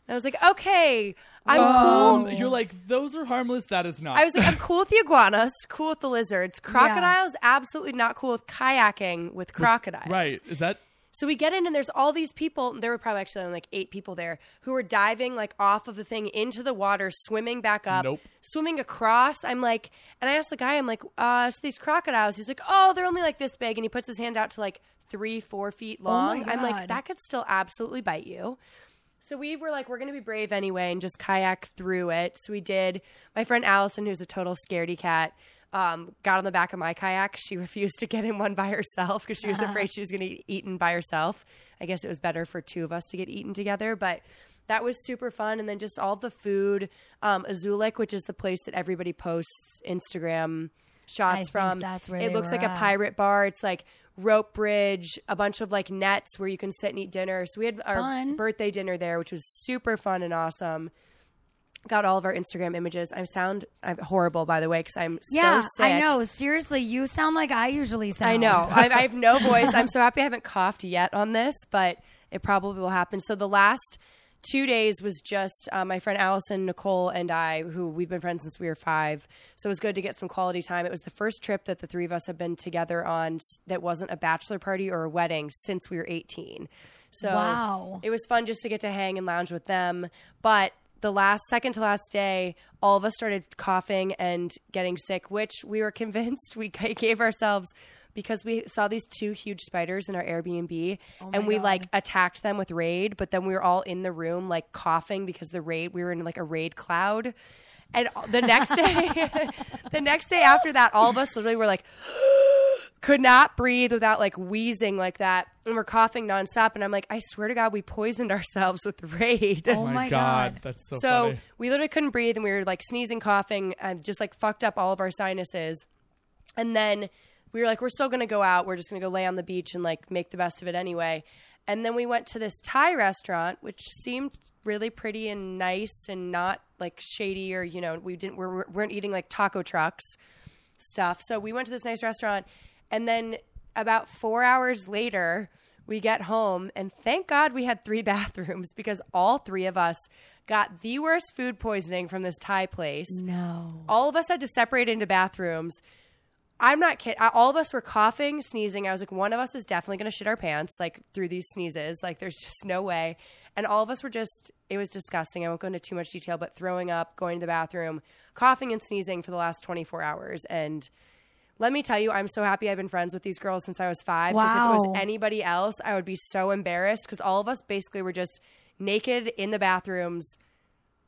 [SPEAKER 4] And I was like, okay, I'm cool
[SPEAKER 5] um, you're like, those are harmless. That is not.
[SPEAKER 4] Oh. I was like, I'm cool with the iguanas, cool with the lizards. Crocodiles, absolutely not cool with kayaking with crocodiles.
[SPEAKER 5] right. Is that
[SPEAKER 4] So we get in, and there's all these people. There were probably actually only like eight people there who were diving like off of the thing into the water, swimming back up,
[SPEAKER 5] Nope.
[SPEAKER 4] swimming across. I'm like, and I asked the guy, I'm like, uh, so these crocodiles? He's like, oh, they're only like this big, and he puts his hand out to like three, four feet long. I'm like,
[SPEAKER 2] God.
[SPEAKER 4] that could still absolutely bite you. So we were like, we're going to be brave anyway and just kayak through it. So we did. My friend Allison, who's a total scaredy cat, um, got on the back of my kayak. She refused to get in one by herself because she was afraid she was going to get eaten by herself. I guess it was better for two of us to get eaten together, but that was super fun. And then just all the food, um, Azulik, which is the place that everybody posts Instagram shots
[SPEAKER 2] I think
[SPEAKER 4] from.
[SPEAKER 2] that's where
[SPEAKER 4] it
[SPEAKER 2] they
[SPEAKER 4] looks
[SPEAKER 2] were
[SPEAKER 4] like a
[SPEAKER 2] at.
[SPEAKER 4] pirate bar. It's like rope bridge, a bunch of like nets where you can sit and eat dinner. So we had our
[SPEAKER 2] Fun.
[SPEAKER 4] birthday dinner there, which was super fun and awesome. Got all of our Instagram images. I sound I'm horrible, by the way, because I'm
[SPEAKER 2] Yeah,
[SPEAKER 4] so sick.
[SPEAKER 2] I know. Seriously, you sound like I usually sound.
[SPEAKER 4] I know. I, I have no voice. I'm so happy I haven't coughed yet on this, but it probably will happen. So the last two days was just uh, my friend Allison, Nicole, and I, who we've been friends since we were five. So it was good to get some quality time. It was the first trip that the three of us have been together on s- that wasn't a bachelor party or a wedding since we were 18. So
[SPEAKER 2] Wow.
[SPEAKER 4] it was fun just to get to hang and lounge with them. But the last, second to last day, all of us started coughing and getting sick, which we were convinced we g- gave ourselves because we saw these two huge spiders in our Airbnb and we like attacked them with raid. But then we were all in the room like coughing because the raid, we were in like a raid cloud. And the next day, the next day after that, all of us literally were like, could not breathe without like wheezing like that and we're coughing nonstop and I'm like I swear to god we poisoned ourselves with raid.
[SPEAKER 2] Oh my
[SPEAKER 5] god,
[SPEAKER 2] God.
[SPEAKER 5] that's so,
[SPEAKER 4] so
[SPEAKER 5] funny.
[SPEAKER 4] we literally couldn't breathe and we were like sneezing coughing and just like fucked up all of our sinuses. And then we were like we're still going to go out. We're just going to go lay on the beach and like make the best of it anyway. And then we went to this Thai restaurant which seemed really pretty and nice and not like shady or you know we didn't we weren't eating like taco trucks stuff. So we went to this nice restaurant, and then about four hours later, we get home, and thank God we had three bathrooms because all three of us got the worst food poisoning from this Thai place.
[SPEAKER 2] No.
[SPEAKER 4] All of us had to separate into bathrooms. I'm not kidding. All of us were coughing, sneezing. I was like, one of us is definitely going to shit our pants, like through these sneezes. Like, there's just no way. And all of us were just, it was disgusting. I won't go into too much detail, but throwing up, going to the bathroom, coughing and sneezing for the last 24 hours. And let me tell you, I'm so happy I've been friends with these girls since I was five. Because if it
[SPEAKER 2] Wow.
[SPEAKER 4] was anybody else, I would be so embarrassed because all of us basically were just naked in the bathrooms,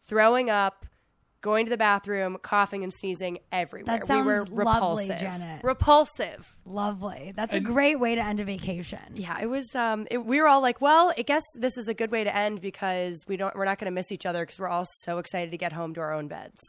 [SPEAKER 4] throwing up, going to the bathroom, coughing and sneezing everywhere.
[SPEAKER 2] That
[SPEAKER 4] we were
[SPEAKER 2] sounds lovely,
[SPEAKER 4] repulsive.
[SPEAKER 2] Janet.
[SPEAKER 4] Repulsive.
[SPEAKER 2] Lovely. That's a great way to end a vacation.
[SPEAKER 4] Yeah, it was. Um, it, we were all like, "Well, I guess this is a good way to end because we don't. We're not going to miss each other because we're all so excited to get home to our own beds."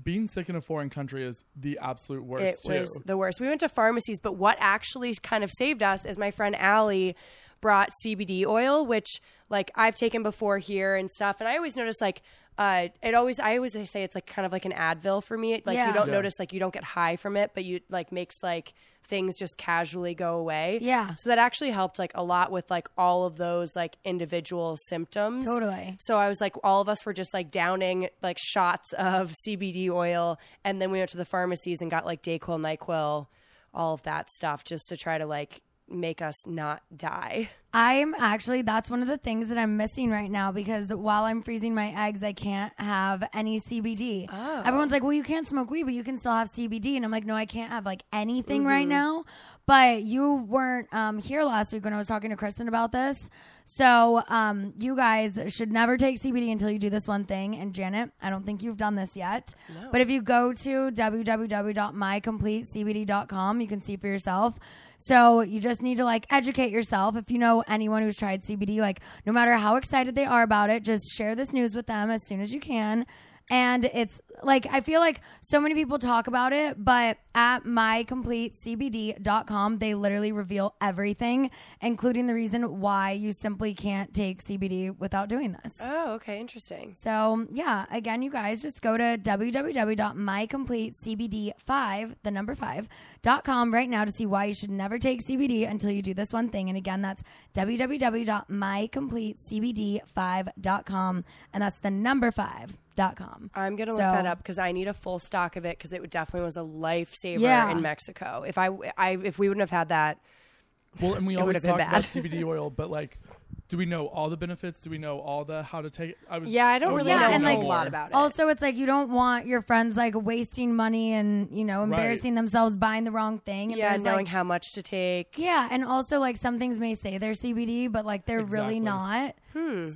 [SPEAKER 5] Being sick in a foreign country is the absolute
[SPEAKER 4] It
[SPEAKER 5] worst too.
[SPEAKER 4] was the worst. We went to pharmacies, but what actually kind of saved us is my friend Allie brought CBD oil, which like I've taken before here and stuff. And I always notice like uh, it always I always say it's like kind of like an Advil for me. Like
[SPEAKER 2] Yeah.
[SPEAKER 4] you don't
[SPEAKER 5] Yeah.
[SPEAKER 4] notice like you don't get high from it, but you like makes like things just casually go away.
[SPEAKER 2] Yeah.
[SPEAKER 4] So that actually helped like a lot with like all of those like individual symptoms.
[SPEAKER 2] Totally.
[SPEAKER 4] So I was like, all of us were just like downing like shots of CBD oil, and then we went to the pharmacies and got like Dayquil, Nyquil, all of that stuff, just to try to like make us not die.
[SPEAKER 2] I'm actually, that's one of the things that I'm missing right now because while I'm freezing my eggs, I can't have any CBD. Everyone's like, well, you can't smoke weed, but you can still have CBD. And I'm like, no, I can't have like anything right now. But you weren't um, here last week when I was talking to Kristen about this. So um, you guys should never take CBD until you do this one thing. And Janet, I don't think you've done this yet. But if you go to www.mycompletecbd.com, you can see for yourself. So you just need to like educate yourself. If you know anyone who's tried CBD, like no matter how excited they are about it, just share this news with them as soon as you can. And it's like, I feel like so many people talk about it, but at mycompletecbd.com, they literally reveal everything, including the reason why you simply can't take CBD without doing this.
[SPEAKER 4] Oh, okay, interesting.
[SPEAKER 2] So, yeah, again, you guys just go to www.mycompletecbd5, the number 5.com right now to see why you should never take CBD until you do this one thing. And again, that's www.mycompletecbd5.com and that's the number 5.com.
[SPEAKER 4] I'm gonna
[SPEAKER 2] So-
[SPEAKER 4] look that up because I need a full stock of it because it would- definitely was a lifesaver
[SPEAKER 2] Yeah.
[SPEAKER 4] in Mexico. If I, I, if we wouldn't have had that,
[SPEAKER 5] Well, and we
[SPEAKER 4] It
[SPEAKER 5] always
[SPEAKER 4] would've been
[SPEAKER 5] talk about
[SPEAKER 4] bad.
[SPEAKER 5] CBD oil, but like, do we know all the benefits? Do we know all the how to take? It? I was
[SPEAKER 4] Yeah, I don't
[SPEAKER 5] would
[SPEAKER 4] really
[SPEAKER 5] love
[SPEAKER 2] yeah,
[SPEAKER 5] to
[SPEAKER 4] know
[SPEAKER 2] and,
[SPEAKER 4] a
[SPEAKER 2] like,
[SPEAKER 4] whole lot about it.
[SPEAKER 2] Also, it's like you don't want your friends like wasting money and you know embarrassing themselves buying the wrong thing. If
[SPEAKER 4] yeah,
[SPEAKER 2] there's,
[SPEAKER 4] knowing
[SPEAKER 2] like-
[SPEAKER 4] how much to take.
[SPEAKER 2] Yeah, and also like some things may say they're CBD, but like they're
[SPEAKER 5] Exactly.
[SPEAKER 2] really not.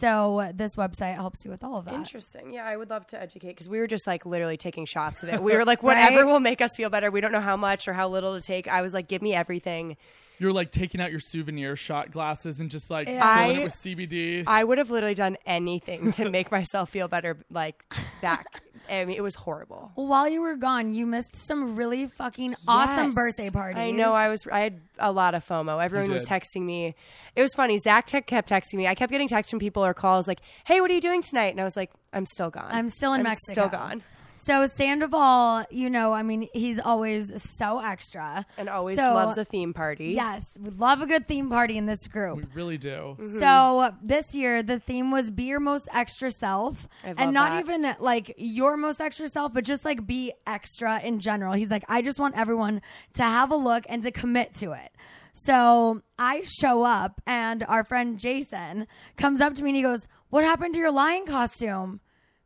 [SPEAKER 2] So this website helps you with all of that.
[SPEAKER 4] Hmm. Interesting. Yeah, I would love to educate because we were just like literally taking shots of it. We were like, whatever will make us feel better. We don't know how much or how little to take. I was like, give me everything.
[SPEAKER 5] You're like taking out your souvenir shot glasses and just like
[SPEAKER 4] Yeah.
[SPEAKER 5] filling
[SPEAKER 4] I-
[SPEAKER 5] it with CBD.
[SPEAKER 4] I would have literally done anything to make myself feel better. Like that. I mean, it was horrible.
[SPEAKER 2] Well, while you were gone, you missed some really fucking awesome
[SPEAKER 4] Yes.
[SPEAKER 2] birthday parties.
[SPEAKER 4] I know. I was. I had a lot of FOMO. Everyone was
[SPEAKER 5] did.
[SPEAKER 4] texting me. It was funny. Zach te- kept texting me. I kept getting texts from people or calls like, "Hey, what are you doing tonight?" And I was like, "I'm still gone.
[SPEAKER 2] I'm still in Mexico.
[SPEAKER 4] Still gone."
[SPEAKER 2] So Sandoval, you know, I mean, he's always so extra
[SPEAKER 4] And always
[SPEAKER 2] So-
[SPEAKER 4] loves a theme party.
[SPEAKER 2] Yes, we love a good theme party in this group.
[SPEAKER 5] we really do.
[SPEAKER 2] So this year the theme was be your most extra self,
[SPEAKER 4] I love
[SPEAKER 2] and not
[SPEAKER 4] that.
[SPEAKER 2] even like your most extra self, but just like be extra in general. He's like, I just want everyone to have a look and to commit to it. So I show up, and our friend Jason comes up to me and he goes, "What happened to your lion costume?"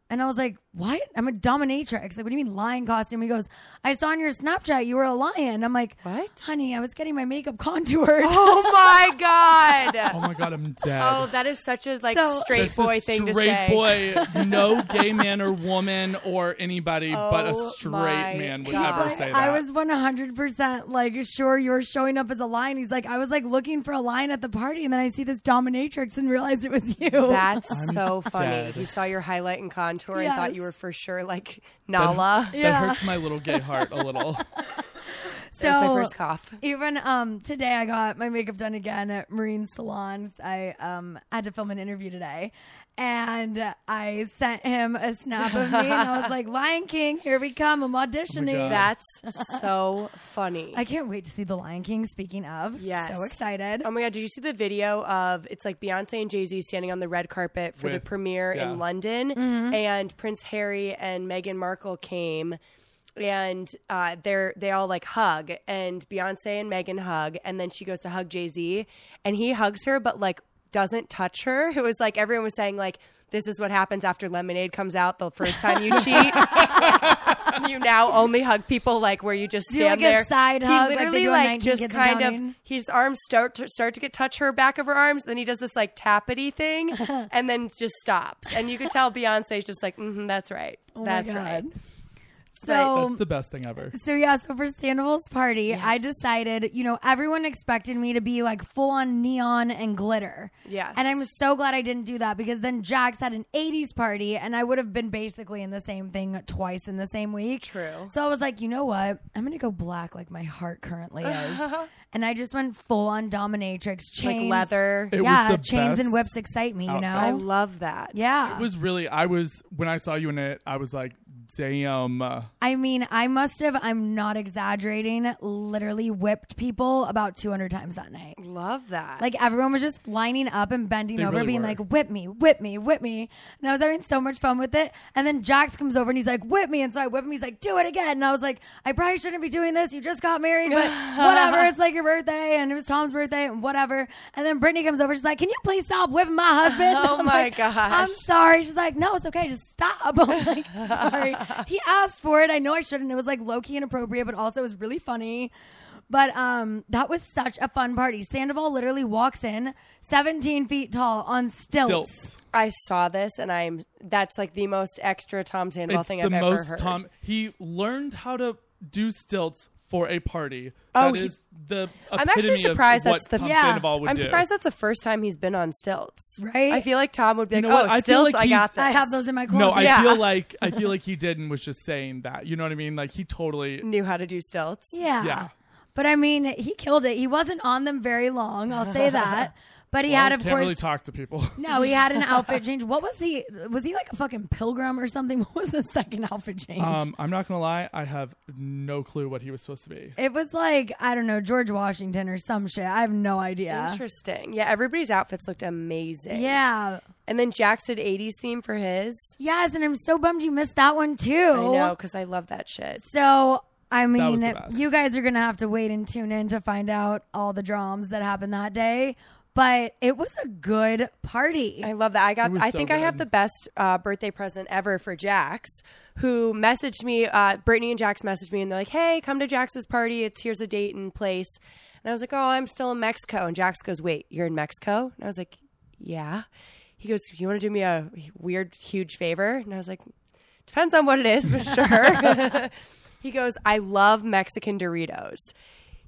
[SPEAKER 2] And I was like, "What? I'm a dominatrix. Like, what do you mean lion costume?" He goes, "I saw on your Snapchat you were a lion." I'm like,
[SPEAKER 4] What?
[SPEAKER 2] honey? I was getting my makeup contoured."
[SPEAKER 4] Oh my god.
[SPEAKER 5] Oh my god, I'm dead.
[SPEAKER 4] Oh, that is such a like
[SPEAKER 2] So-
[SPEAKER 4] straight
[SPEAKER 5] That's a
[SPEAKER 4] boy thing to say.
[SPEAKER 5] Straight boy, no gay man or woman or anybody but
[SPEAKER 4] Oh
[SPEAKER 5] a straight
[SPEAKER 4] my
[SPEAKER 5] man would
[SPEAKER 4] God.
[SPEAKER 5] ever
[SPEAKER 2] Like,
[SPEAKER 5] say that.
[SPEAKER 2] I was 100% like sure you were showing up as a lion. He's like, I was like looking for a lion at the party, and then I see this dominatrix and realize it was you.
[SPEAKER 4] That's so funny.
[SPEAKER 5] dead.
[SPEAKER 4] He saw your highlight and contour and thought
[SPEAKER 2] Yes.
[SPEAKER 4] you were for sure like Nala.
[SPEAKER 5] that
[SPEAKER 2] Yeah.
[SPEAKER 5] hurts my little gay heart a little.
[SPEAKER 2] so,
[SPEAKER 4] That was my first cough.
[SPEAKER 2] Even um, today, I got my makeup done again at Marine Salons. I um, had to film an interview today, and I sent him a snap of me, and I was like, "Lion King, here we come! I'm auditioning."
[SPEAKER 5] Oh God.
[SPEAKER 4] That's so funny.
[SPEAKER 2] I can't wait to see the Lion King. Speaking of,
[SPEAKER 4] Yes.
[SPEAKER 2] so excited.
[SPEAKER 4] Oh my god, did you see the video of it's like Beyonce and Jay-Z standing on the red carpet for the
[SPEAKER 5] With-
[SPEAKER 4] premiere
[SPEAKER 5] yeah.
[SPEAKER 4] in London
[SPEAKER 2] Mm-hmm.
[SPEAKER 4] and Prince Harry and Meghan Markle came and uh, they're they all like hug and Beyonce and Meghan hug and then she goes to hug Jay-Z and he hugs her but like doesn't touch her. It was like everyone was saying like this is what happens after lemonade comes out the first time you cheat. you now only hug people like where you just
[SPEAKER 2] Do, like,
[SPEAKER 4] stand
[SPEAKER 2] a
[SPEAKER 4] there.
[SPEAKER 2] side
[SPEAKER 4] he
[SPEAKER 2] hug like they
[SPEAKER 4] literally
[SPEAKER 2] do on
[SPEAKER 4] like,
[SPEAKER 2] 19
[SPEAKER 4] just
[SPEAKER 2] Kids and
[SPEAKER 4] kind of
[SPEAKER 2] Counting.
[SPEAKER 4] his arms start to, start to get touch her back of her arms. Then he does this like tappity thing, and then just stops. And you could tell Beyonce's just like, mm-hmm, that's right,
[SPEAKER 2] Oh my
[SPEAKER 4] that's
[SPEAKER 2] God.
[SPEAKER 4] right.
[SPEAKER 2] So
[SPEAKER 5] That's the best thing ever.
[SPEAKER 2] So yeah, so for Sandoval's party, I decided, you know, everyone expected me to be like full on neon and glitter.
[SPEAKER 4] Yes.
[SPEAKER 2] And I'm so glad I didn't do that because then Jax had an 80s party and I would have been basically in the same thing twice in the same week.
[SPEAKER 4] True.
[SPEAKER 2] So I was like, you know what? I'm going to go black like my heart currently is. and I just went full on dominatrix
[SPEAKER 4] Like
[SPEAKER 2] chains.
[SPEAKER 4] leather.
[SPEAKER 5] It
[SPEAKER 2] yeah,
[SPEAKER 5] was the
[SPEAKER 2] chains and
[SPEAKER 5] best
[SPEAKER 2] whips excite me, you
[SPEAKER 5] outfit.
[SPEAKER 2] know?
[SPEAKER 4] I love that.
[SPEAKER 2] yeah.
[SPEAKER 5] It was really. I was when I saw you in it. I was like, damn. uh,
[SPEAKER 2] I mean, I must have, I'm not exaggerating, literally whipped people about 200 times that night.
[SPEAKER 4] love that.
[SPEAKER 2] Like everyone was just lining up and bending
[SPEAKER 5] They
[SPEAKER 2] over,
[SPEAKER 5] really
[SPEAKER 2] being
[SPEAKER 5] were.
[SPEAKER 2] like, "Whip me, whip me, whip me!" And I was having so much fun with it. And then Jax comes over and he's like, "Whip me!" And so I whip him. He's like, "Do it again!" And I was like, "I probably shouldn't be doing this. You just got married, but whatever. It's like your birthday, and it was Tom's birthday, and whatever." And then Brittany comes over. She's like, "Can you please stop whipping my husband?"
[SPEAKER 4] Oh
[SPEAKER 2] I was
[SPEAKER 4] my
[SPEAKER 2] like,
[SPEAKER 4] gosh.
[SPEAKER 2] I'm sorry. She's like, "No, it's okay. Just stop." I was like, "Sorry." he asked for it. I know I shouldn't. It was like low key inappropriate, but also it was really funny. But um, that was such a fun party. Sandoval literally walks in, 17 feet tall on stilts.
[SPEAKER 5] Stilts.
[SPEAKER 4] I saw this, and I'm that's like the most extra Tom Sandoval
[SPEAKER 5] It's
[SPEAKER 4] thing
[SPEAKER 5] the
[SPEAKER 4] I've
[SPEAKER 5] most
[SPEAKER 4] ever heard.
[SPEAKER 5] Tom. He learned how to do stilts for a party.
[SPEAKER 4] Oh,
[SPEAKER 5] That
[SPEAKER 4] he-
[SPEAKER 5] is the.
[SPEAKER 4] I'm actually
[SPEAKER 5] epitome of
[SPEAKER 4] surprised
[SPEAKER 5] what
[SPEAKER 4] that's the-
[SPEAKER 5] Tom
[SPEAKER 2] Yeah.
[SPEAKER 5] Sandoval would
[SPEAKER 4] I'm
[SPEAKER 5] do.
[SPEAKER 4] surprised that's the first time he's been on stilts.
[SPEAKER 2] Right?
[SPEAKER 4] I feel like Tom would be like,
[SPEAKER 5] know what?
[SPEAKER 4] "Oh,
[SPEAKER 5] I feel
[SPEAKER 4] stilts,
[SPEAKER 5] like
[SPEAKER 4] I got
[SPEAKER 5] he's-
[SPEAKER 4] this.
[SPEAKER 2] I have those in my closet.
[SPEAKER 5] No, I
[SPEAKER 4] Yeah.
[SPEAKER 5] feel like I feel like he did and was just saying that. You know what I mean? Like he totally.
[SPEAKER 4] Knew how to do stilts.
[SPEAKER 2] yeah.
[SPEAKER 5] Yeah.
[SPEAKER 2] But I mean, he killed it. He wasn't on them very long, I'll say that. But he had,
[SPEAKER 5] I
[SPEAKER 2] of
[SPEAKER 5] can't
[SPEAKER 2] course,
[SPEAKER 5] really talk to people.
[SPEAKER 2] no, he had an outfit change. What was he? Was he like a fucking pilgrim or something? What was the second outfit change?
[SPEAKER 5] Um, I'm not gonna lie. I have no clue what he was supposed to be.
[SPEAKER 2] it was like, I don't know, George Washington or some shit. I have no idea.
[SPEAKER 4] Interesting. Yeah, everybody's outfits looked amazing.
[SPEAKER 2] Yeah.
[SPEAKER 4] And then Jax did 80s theme for his.
[SPEAKER 2] Yes. And I'm so bummed you missed that one too.
[SPEAKER 4] I know, because I love that shit.
[SPEAKER 2] So I
[SPEAKER 5] was
[SPEAKER 2] mean,
[SPEAKER 5] the best.
[SPEAKER 2] you guys are going to have to wait and tune in to find out all the dramas that happened that day. But it was a good party.
[SPEAKER 4] I love that. I got.
[SPEAKER 5] was
[SPEAKER 4] I
[SPEAKER 5] so
[SPEAKER 4] think I have
[SPEAKER 5] good.
[SPEAKER 4] the best uh, birthday present ever for Jax, who messaged me. Uh, Brittany and Jax messaged me, and they're like, "Hey, come to Jax's party. It's here's a date and place." And I was like, "Oh, I'm still in Mexico." And Jax goes, "Wait, you're in Mexico?" And I was like, "Yeah." He goes, "You want to do me a weird, huge favor?" And I was like, "Depends on what it is, but sure." he goes, "I love Mexican Doritos."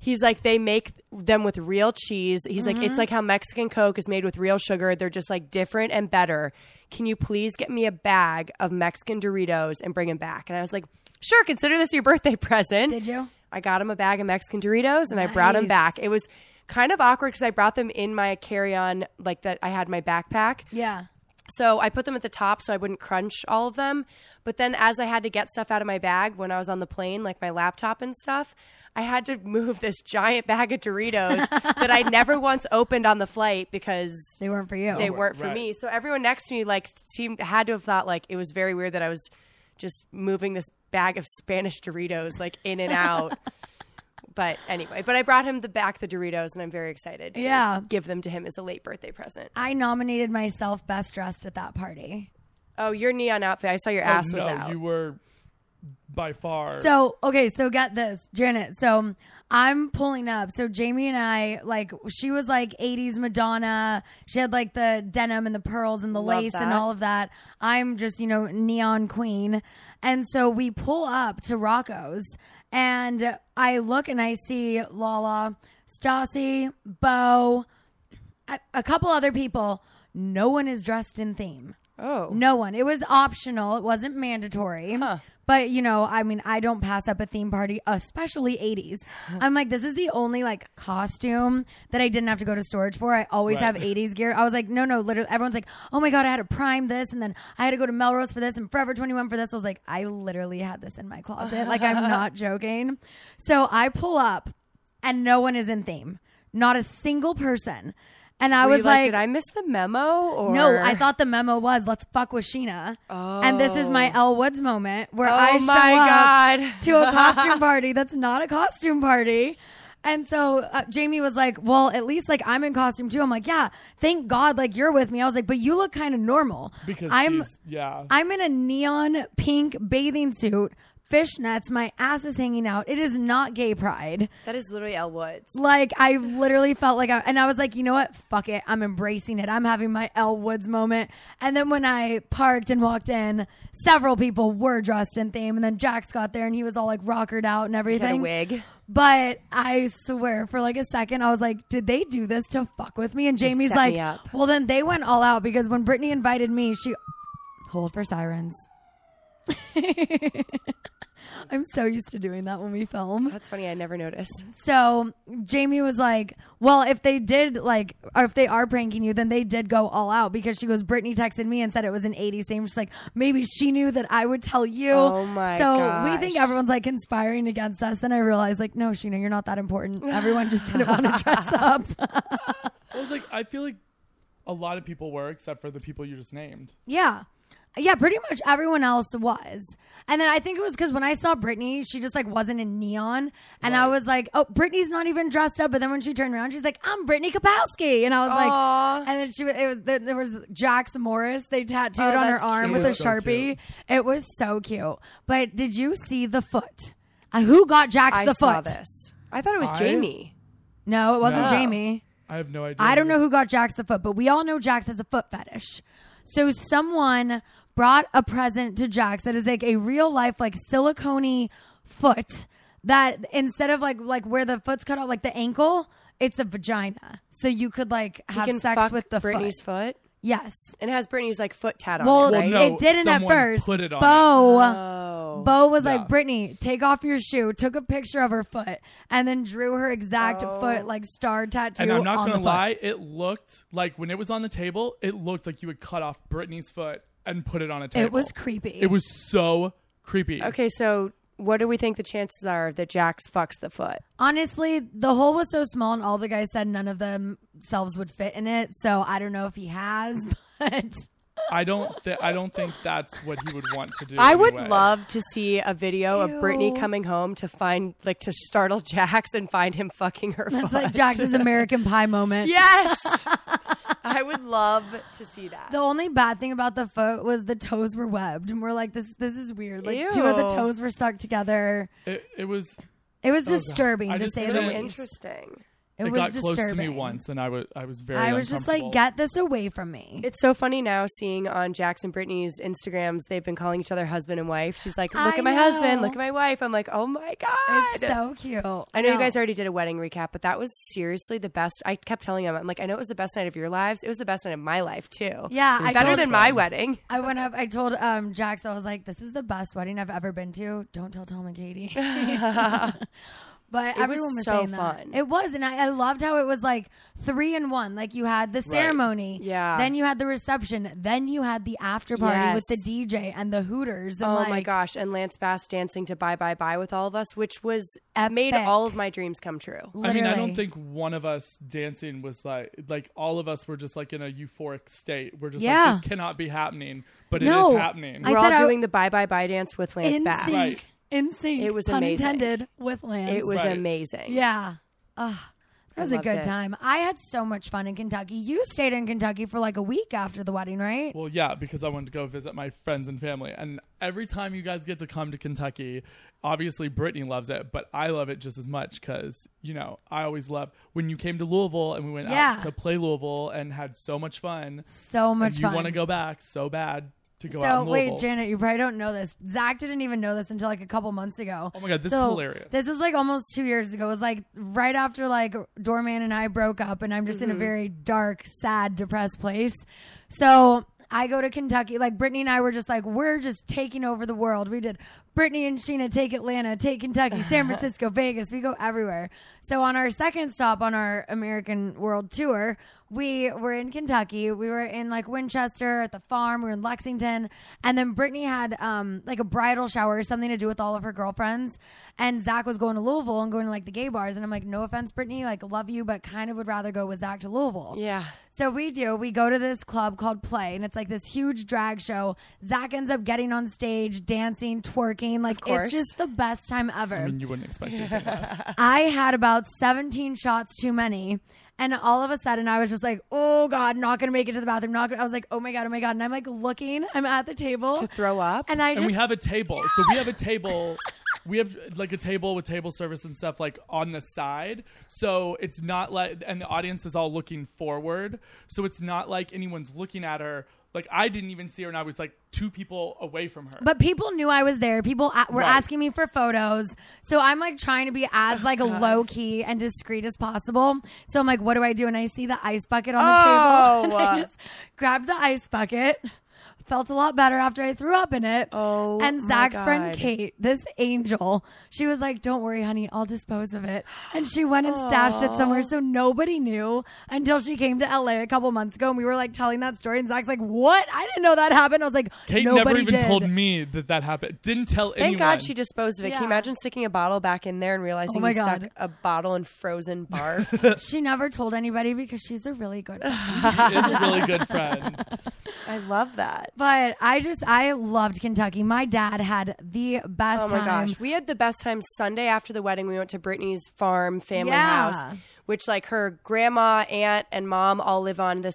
[SPEAKER 4] He's like, they make them with real cheese. He's like,
[SPEAKER 2] Mm-hmm.
[SPEAKER 4] it's like how Mexican Coke is made with real sugar. They're just like different and better. Can you please get me a bag of Mexican Doritos and bring them back? And I was like, sure, consider this your birthday present.
[SPEAKER 2] Did you?
[SPEAKER 4] I got him a bag of Mexican Doritos and I brought him back. It was kind of awkward because I brought them in my carry on, like that I had in my backpack.
[SPEAKER 2] yeah.
[SPEAKER 4] So I put them at the top so I wouldn't crunch all of them. But then as I had to get stuff out of my bag when I was on the plane, like my laptop and stuff, I had to move this giant bag of Doritos that I never once opened on the flight because
[SPEAKER 2] They weren't for you.
[SPEAKER 4] they weren't for
[SPEAKER 5] Oh, right.
[SPEAKER 4] me. So everyone next to me like seemed had to have thought like it was very weird that I was just moving this bag of Spanish Doritos like in and out. But anyway, but I brought him the back the Doritos, and I'm very excited to
[SPEAKER 2] Yeah.
[SPEAKER 4] give them to him as a late birthday present.
[SPEAKER 2] I nominated myself best dressed at that party.
[SPEAKER 4] Oh, your neon outfit! I saw your ass
[SPEAKER 5] Oh, no,
[SPEAKER 4] was out.
[SPEAKER 5] you were by far.
[SPEAKER 2] So okay, so get this, Janet. So I'm pulling up. So Jamie and I, like, she was like '80s Madonna. She had like the denim and the pearls and the
[SPEAKER 4] Love
[SPEAKER 2] lace and
[SPEAKER 4] that.
[SPEAKER 2] all of that. I'm just you know neon queen, and so we pull up to Rocco's, and I look and I see Lala, Stassi, Bo, a, a couple other people. No one is dressed in theme.
[SPEAKER 4] Oh.
[SPEAKER 2] No one. It was optional. It wasn't mandatory. But you know, I mean, I don't pass up a theme party, especially 80s. I'm like, this is the only like costume that I didn't have to go to storage for. I always
[SPEAKER 5] Right.
[SPEAKER 2] have 80s gear. I was like, no, no, literally everyone's like, "Oh my god, I had to prime this and then I had to go to Melrose for this and Forever 21 for this." I was like, I literally had this in my closet. Like I'm not joking. So I pull up and no one is in theme. Not a single person. And I
[SPEAKER 4] Were
[SPEAKER 2] was
[SPEAKER 4] you
[SPEAKER 2] like,
[SPEAKER 4] did I miss the memo? Or
[SPEAKER 2] no, I thought the memo was let's fuck with Sheena. And this is my Elle Woods moment where
[SPEAKER 4] Oh
[SPEAKER 2] I show
[SPEAKER 4] my
[SPEAKER 2] up
[SPEAKER 4] God.
[SPEAKER 2] to a costume party that's not a costume party. And so uh, Jamie was like, "Well, at least like I'm in costume too." I'm like, "Yeah, thank God like you're with me." I was like, "But you look kind of normal."
[SPEAKER 5] because
[SPEAKER 2] I'm
[SPEAKER 5] she's- yeah.
[SPEAKER 2] I'm in a neon pink bathing suit, fishnets, my ass is hanging out. It is not gay pride.
[SPEAKER 4] that is literally Elle Woods.
[SPEAKER 2] Like I literally felt like I and I was like, you know what? Fuck it. I'm embracing it. I'm having my Elle Woods moment. And then when I parked and walked in, several people were dressed in theme. And then Jax got there and he was all like rockered out and everything.
[SPEAKER 4] Had a wig.
[SPEAKER 2] But I swear, for like a second, I was like, did they do this to fuck with me? And Jamie's
[SPEAKER 4] set
[SPEAKER 2] like,
[SPEAKER 4] me up.
[SPEAKER 2] well, then they went all out because when Brittany invited me, she hold for sirens. I'm so used to doing that when we film.
[SPEAKER 4] That's funny. I never noticed.
[SPEAKER 2] So Jamie was like, "Well, if they did like, or if they are pranking you, then they did go all out." Because she goes, Brittany texted me and said it was an '80s theme. She's like, maybe she knew that I would tell you.
[SPEAKER 4] Oh my
[SPEAKER 2] So we think
[SPEAKER 4] gosh.
[SPEAKER 2] everyone's like conspiring against us, and I realized like, no, Sheena, you're not that important. Everyone just didn't want to dress up.
[SPEAKER 5] I was like, I feel like a lot of people were, except for the people you just named.
[SPEAKER 2] Yeah. Yeah, pretty much everyone else was. And then I think it was because when I saw Brittany, she just like wasn't in neon. And I was like, oh, Brittany's not even dressed up. But then when she turned around, she's like, I'm Brittany Kapowski. And I was
[SPEAKER 4] Aw.
[SPEAKER 2] like, and then she was, it was, there- there was Jax Morris. They tattooed
[SPEAKER 4] Oh,
[SPEAKER 2] on her
[SPEAKER 4] that's
[SPEAKER 2] arm
[SPEAKER 4] cute.
[SPEAKER 2] with a
[SPEAKER 5] So
[SPEAKER 2] Sharpie.
[SPEAKER 5] cute.
[SPEAKER 2] It was so cute. But did you see the foot? Uh, who got Jax
[SPEAKER 4] I
[SPEAKER 2] the
[SPEAKER 4] saw
[SPEAKER 2] foot?
[SPEAKER 4] this. I thought it was
[SPEAKER 5] I-
[SPEAKER 4] Jamie.
[SPEAKER 2] No, it wasn't
[SPEAKER 5] No.
[SPEAKER 2] Jamie.
[SPEAKER 5] I have no idea.
[SPEAKER 2] I don't know who got Jax the foot, but we all know Jax has a foot fetish. So someone brought a present to Jax that is like a real life, like silicone foot that instead of like like where the foot's cut out, like the ankle, it's a vagina. So you could like
[SPEAKER 4] He
[SPEAKER 2] have
[SPEAKER 4] can
[SPEAKER 2] sex
[SPEAKER 4] fuck
[SPEAKER 2] with the
[SPEAKER 4] Britney's
[SPEAKER 2] foot.
[SPEAKER 4] foot.
[SPEAKER 2] Yes.
[SPEAKER 4] and it has Britney's like foot tat on
[SPEAKER 2] Well,
[SPEAKER 4] it,
[SPEAKER 5] Oh, Well,
[SPEAKER 4] right?
[SPEAKER 5] no,
[SPEAKER 2] it didn't at
[SPEAKER 5] someone
[SPEAKER 2] first.
[SPEAKER 5] put it on
[SPEAKER 2] Bo,
[SPEAKER 4] Oh.
[SPEAKER 2] Bo was
[SPEAKER 5] Yeah.
[SPEAKER 2] like, Brittany, take off your shoe, took a picture of her foot, and then drew her exact
[SPEAKER 4] Oh.
[SPEAKER 2] foot like star tattoo.
[SPEAKER 5] And I'm not
[SPEAKER 2] on
[SPEAKER 5] gonna
[SPEAKER 2] the foot.
[SPEAKER 5] lie, it looked like when it was on the table, it looked like you would cut off Britney's foot and put it on a table.
[SPEAKER 2] It was creepy.
[SPEAKER 5] It was so creepy.
[SPEAKER 4] Okay, so what do we think the chances are that Jax fucks the foot?
[SPEAKER 2] Honestly, the hole was so small, and all the guys said none of themselves would fit in it. So I don't know if he has, but
[SPEAKER 5] I don't. Th- I don't think that's what he would want to do.
[SPEAKER 4] I would
[SPEAKER 5] anyway.
[SPEAKER 4] love to see a video of Brittany
[SPEAKER 2] Ew.
[SPEAKER 4] coming home to find, like, to startle Jax and find him fucking her.
[SPEAKER 2] That's
[SPEAKER 4] butt.
[SPEAKER 2] like Jackson's American Pie moment.
[SPEAKER 4] Yes, I would love to see that.
[SPEAKER 2] The only bad thing about the foot was the toes were webbed, and we're like, this this is weird. Like two of the
[SPEAKER 4] Ew.
[SPEAKER 2] toes were stuck together.
[SPEAKER 5] It, it was.
[SPEAKER 2] It was disturbing
[SPEAKER 5] I
[SPEAKER 2] to
[SPEAKER 5] just
[SPEAKER 2] say the
[SPEAKER 5] couldn't-
[SPEAKER 2] least.
[SPEAKER 4] Interesting.
[SPEAKER 2] It,
[SPEAKER 5] It,
[SPEAKER 2] was
[SPEAKER 5] got
[SPEAKER 2] disturbing.
[SPEAKER 5] close to me once, and I was. I was very.
[SPEAKER 2] I was just like,
[SPEAKER 5] uncomfortable.
[SPEAKER 2] get this away from me.
[SPEAKER 4] It's so funny now seeing on Jax and Brittany's Instagrams they've been calling each other husband and wife. She's like, "Look
[SPEAKER 2] I
[SPEAKER 4] at my
[SPEAKER 2] know.
[SPEAKER 4] husband, look at my wife." I'm like, "Oh my god!"
[SPEAKER 2] so cute.
[SPEAKER 4] I know you guys already did a wedding recap, but that was seriously the best. I kept telling him, "I'm like, I know it was the best night of your lives. It was the best night of my life too.
[SPEAKER 2] Yeah, I
[SPEAKER 4] better
[SPEAKER 2] told-
[SPEAKER 4] than my wedding."
[SPEAKER 2] I went up. I told um Jax. I was like, "This is the best wedding I've ever been to." Don't tell Tom and Katie. but
[SPEAKER 4] was
[SPEAKER 2] everyone was,
[SPEAKER 4] so
[SPEAKER 2] saying that.
[SPEAKER 4] fun.
[SPEAKER 2] It was, and I, I loved how it was like three in one. Like you had the ceremony,
[SPEAKER 4] Yeah.
[SPEAKER 2] Then you had the reception. Then you had the after party with
[SPEAKER 4] Yes.
[SPEAKER 2] the DJ and the Hooters. And
[SPEAKER 4] Oh
[SPEAKER 2] like,
[SPEAKER 4] my gosh! And Lance Bass dancing to "Bye Bye Bye" with all of us, which was made
[SPEAKER 2] Epic.
[SPEAKER 4] all of my dreams come true.
[SPEAKER 2] Literally.
[SPEAKER 5] I mean, I don't think one of us dancing was like like all of us were just like in a euphoric state. We're just
[SPEAKER 2] Yeah.
[SPEAKER 5] like this cannot be happening, but it
[SPEAKER 2] No.
[SPEAKER 5] is happening.
[SPEAKER 2] I
[SPEAKER 4] We're all
[SPEAKER 2] said I-
[SPEAKER 4] doing the "Bye Bye Bye" dance with Lance
[SPEAKER 2] in
[SPEAKER 4] Bass.
[SPEAKER 5] Right.
[SPEAKER 2] sync. In sync.
[SPEAKER 4] It was
[SPEAKER 2] pun
[SPEAKER 4] amazing.
[SPEAKER 2] intended with Lance.
[SPEAKER 4] It was
[SPEAKER 5] Right.
[SPEAKER 4] amazing.
[SPEAKER 2] Yeah. Oh, that was a
[SPEAKER 4] loved
[SPEAKER 2] good
[SPEAKER 4] it.
[SPEAKER 2] time. I had so much fun in Kentucky. You stayed in Kentucky for like a week after the wedding, right?
[SPEAKER 5] Well, yeah, because I wanted to go visit my friends and family. And every time you guys get to come to Kentucky, obviously Brittany loves it, but I love it just as much because, you know, I always love when you came to Louisville and we went
[SPEAKER 2] Yeah.
[SPEAKER 5] out to play Louisville and had so much fun.
[SPEAKER 2] so
[SPEAKER 5] and
[SPEAKER 2] much
[SPEAKER 5] you
[SPEAKER 2] fun.
[SPEAKER 5] want to go back so bad to go out
[SPEAKER 2] so
[SPEAKER 5] in
[SPEAKER 2] wait,
[SPEAKER 5] Louisville.
[SPEAKER 2] Janet, you probably don't know this. Zach didn't even know this until like a couple months ago.
[SPEAKER 5] Oh my God, this is
[SPEAKER 2] So,
[SPEAKER 5] hilarious.
[SPEAKER 2] This is like almost two years ago. It was like right after like Doorman and I broke up, and I'm just
[SPEAKER 5] Mm-hmm.
[SPEAKER 2] in a very dark, sad, depressed place. So I go to Kentucky. Like Brittany and I were just like, we're just taking over the world. We did Brittany and Sheena take Atlanta, take Kentucky, San Francisco, Vegas. We go everywhere. So on our second stop on our American World Tour, we were in Kentucky. We were in like Winchester at the farm. We were in Lexington, and then Brittany had um, like a bridal shower or something to do with all of her girlfriends. And Zach was going to Louisville and going to like the gay bars. And I'm like, no offense, Brittany, like love you, but kind of would rather go with Zach to Louisville.
[SPEAKER 4] Yeah.
[SPEAKER 2] So we do. We go to this club called Play, and it's like this huge drag show. Zach ends up getting on stage, dancing, twerking. Like it's
[SPEAKER 4] course.
[SPEAKER 2] just the best time ever.
[SPEAKER 5] I mean, you wouldn't expect anything less.
[SPEAKER 2] I had about 17 shots too many. And all of a sudden, I was just like, oh God, not gonna make it to the bathroom. Not gonna. I was like, oh my God, oh my God. And I'm like looking, I'm at the table.
[SPEAKER 4] To throw up?
[SPEAKER 2] And I
[SPEAKER 5] and
[SPEAKER 2] just,
[SPEAKER 5] we have a table. So we have a table. We have like a table with table service and stuff like on the side. So it's not like, and the audience is all looking forward. So it's not like anyone's looking at her. Like I didn't even see her, and I was like two people away from her.
[SPEAKER 2] but people knew I was there. People a- were
[SPEAKER 5] Right.
[SPEAKER 2] asking me for photos. So I'm like trying to be as like
[SPEAKER 4] Oh,
[SPEAKER 2] low key and discreet as possible. So I'm like, what do I do? And I see the ice bucket on the
[SPEAKER 4] Oh.
[SPEAKER 2] table. And I just grabbed the ice bucket. Felt a lot better after I threw up in it.
[SPEAKER 4] Oh
[SPEAKER 2] and
[SPEAKER 4] my
[SPEAKER 2] Zach's friend
[SPEAKER 4] God.
[SPEAKER 2] Kate, this angel, she was like, "Don't worry, honey, I'll dispose of it." And she went and stashed it somewhere so nobody knew until she came to LA a couple months ago, and we were like telling that story. And Zach's like, "What? I didn't know that happened." I was like,
[SPEAKER 5] Kate
[SPEAKER 2] "Nobody
[SPEAKER 5] never even
[SPEAKER 2] did."
[SPEAKER 5] told me that that happened. Didn't tell
[SPEAKER 4] Thank
[SPEAKER 5] anyone.
[SPEAKER 4] God she disposed of it. Can you
[SPEAKER 2] Yeah.
[SPEAKER 4] imagine sticking a bottle back in there and realizing
[SPEAKER 2] Oh my
[SPEAKER 4] you stuck
[SPEAKER 2] God.
[SPEAKER 4] a bottle in frozen barf?
[SPEAKER 2] She never told anybody because she's a really good. friend.
[SPEAKER 5] is a really good friend.
[SPEAKER 4] I love that.
[SPEAKER 2] but I just I loved Kentucky. My dad had the best.
[SPEAKER 4] Oh my
[SPEAKER 2] time.
[SPEAKER 4] gosh. We had the best time Sunday after the wedding. We went to Brittany's farm family
[SPEAKER 2] Yeah.
[SPEAKER 4] house, which like her grandma, aunt, and mom all live on this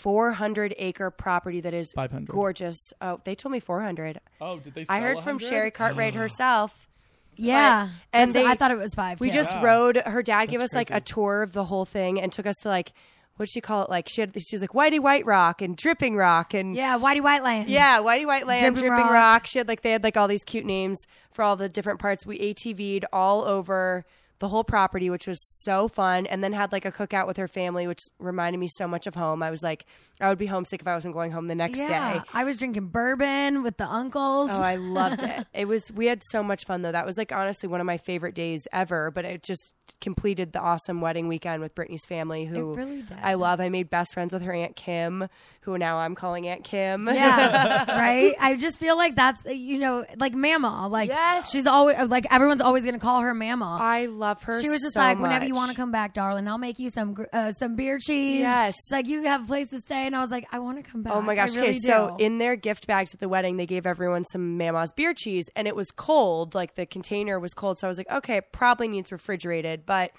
[SPEAKER 4] 400 acre property that is
[SPEAKER 5] 500.
[SPEAKER 4] gorgeous. Oh, they told me 400.
[SPEAKER 5] Oh, did they? Sell
[SPEAKER 4] I heard from
[SPEAKER 5] 100?
[SPEAKER 4] Sherry Cartwright herself.
[SPEAKER 2] Yeah, That's-
[SPEAKER 4] and they-
[SPEAKER 2] I thought it was five.
[SPEAKER 4] We
[SPEAKER 2] too.
[SPEAKER 4] just rode. Her dad gave us like a tour of the whole thing and took us to like what did she call it? Like she had she was like Whitey White Rock and Dripping Rock and
[SPEAKER 2] yeah, Whitey Whiteland.
[SPEAKER 4] yeah, Whitey White Lamb,
[SPEAKER 2] Dripping
[SPEAKER 4] Dripping,
[SPEAKER 2] Rock.
[SPEAKER 4] Rock. She had like they had like all these cute names for all the different parts. We ATV'd all over the whole property, which was so fun, and then had like a cookout with her family, which reminded me so much of home. I was like, I would be homesick if I wasn't going home the next
[SPEAKER 2] yeah.
[SPEAKER 4] day.
[SPEAKER 2] I was drinking bourbon with the uncles.
[SPEAKER 4] Oh, I loved it. It was we had so much fun though. That was like honestly one of my favorite days ever, but it just completed the awesome wedding weekend with Brittany's family, who
[SPEAKER 2] really did.
[SPEAKER 4] I love. I made best friends with her aunt Kim, who now I'm calling Aunt Kim.
[SPEAKER 2] Yeah, right. I just feel like that's you know, like Mama. Like
[SPEAKER 4] Yes.
[SPEAKER 2] she's always like everyone's always gonna call her Mama.
[SPEAKER 4] I love her.
[SPEAKER 2] she was just
[SPEAKER 4] Oh, so
[SPEAKER 2] like, whenever you
[SPEAKER 4] much.
[SPEAKER 2] want to come back, darling, I'll make you some gr- uh, some beer cheese.
[SPEAKER 4] Yes.
[SPEAKER 2] She's like you have a place to stay, and I was like, I want to come back.
[SPEAKER 4] Oh my
[SPEAKER 2] I
[SPEAKER 4] gosh.
[SPEAKER 2] really
[SPEAKER 4] okay, so
[SPEAKER 2] do.
[SPEAKER 4] in their gift bags at the wedding, they gave everyone some Mama's beer cheese, and it was cold. Like the container was cold. So I was like, okay, it probably needs refrigerated, but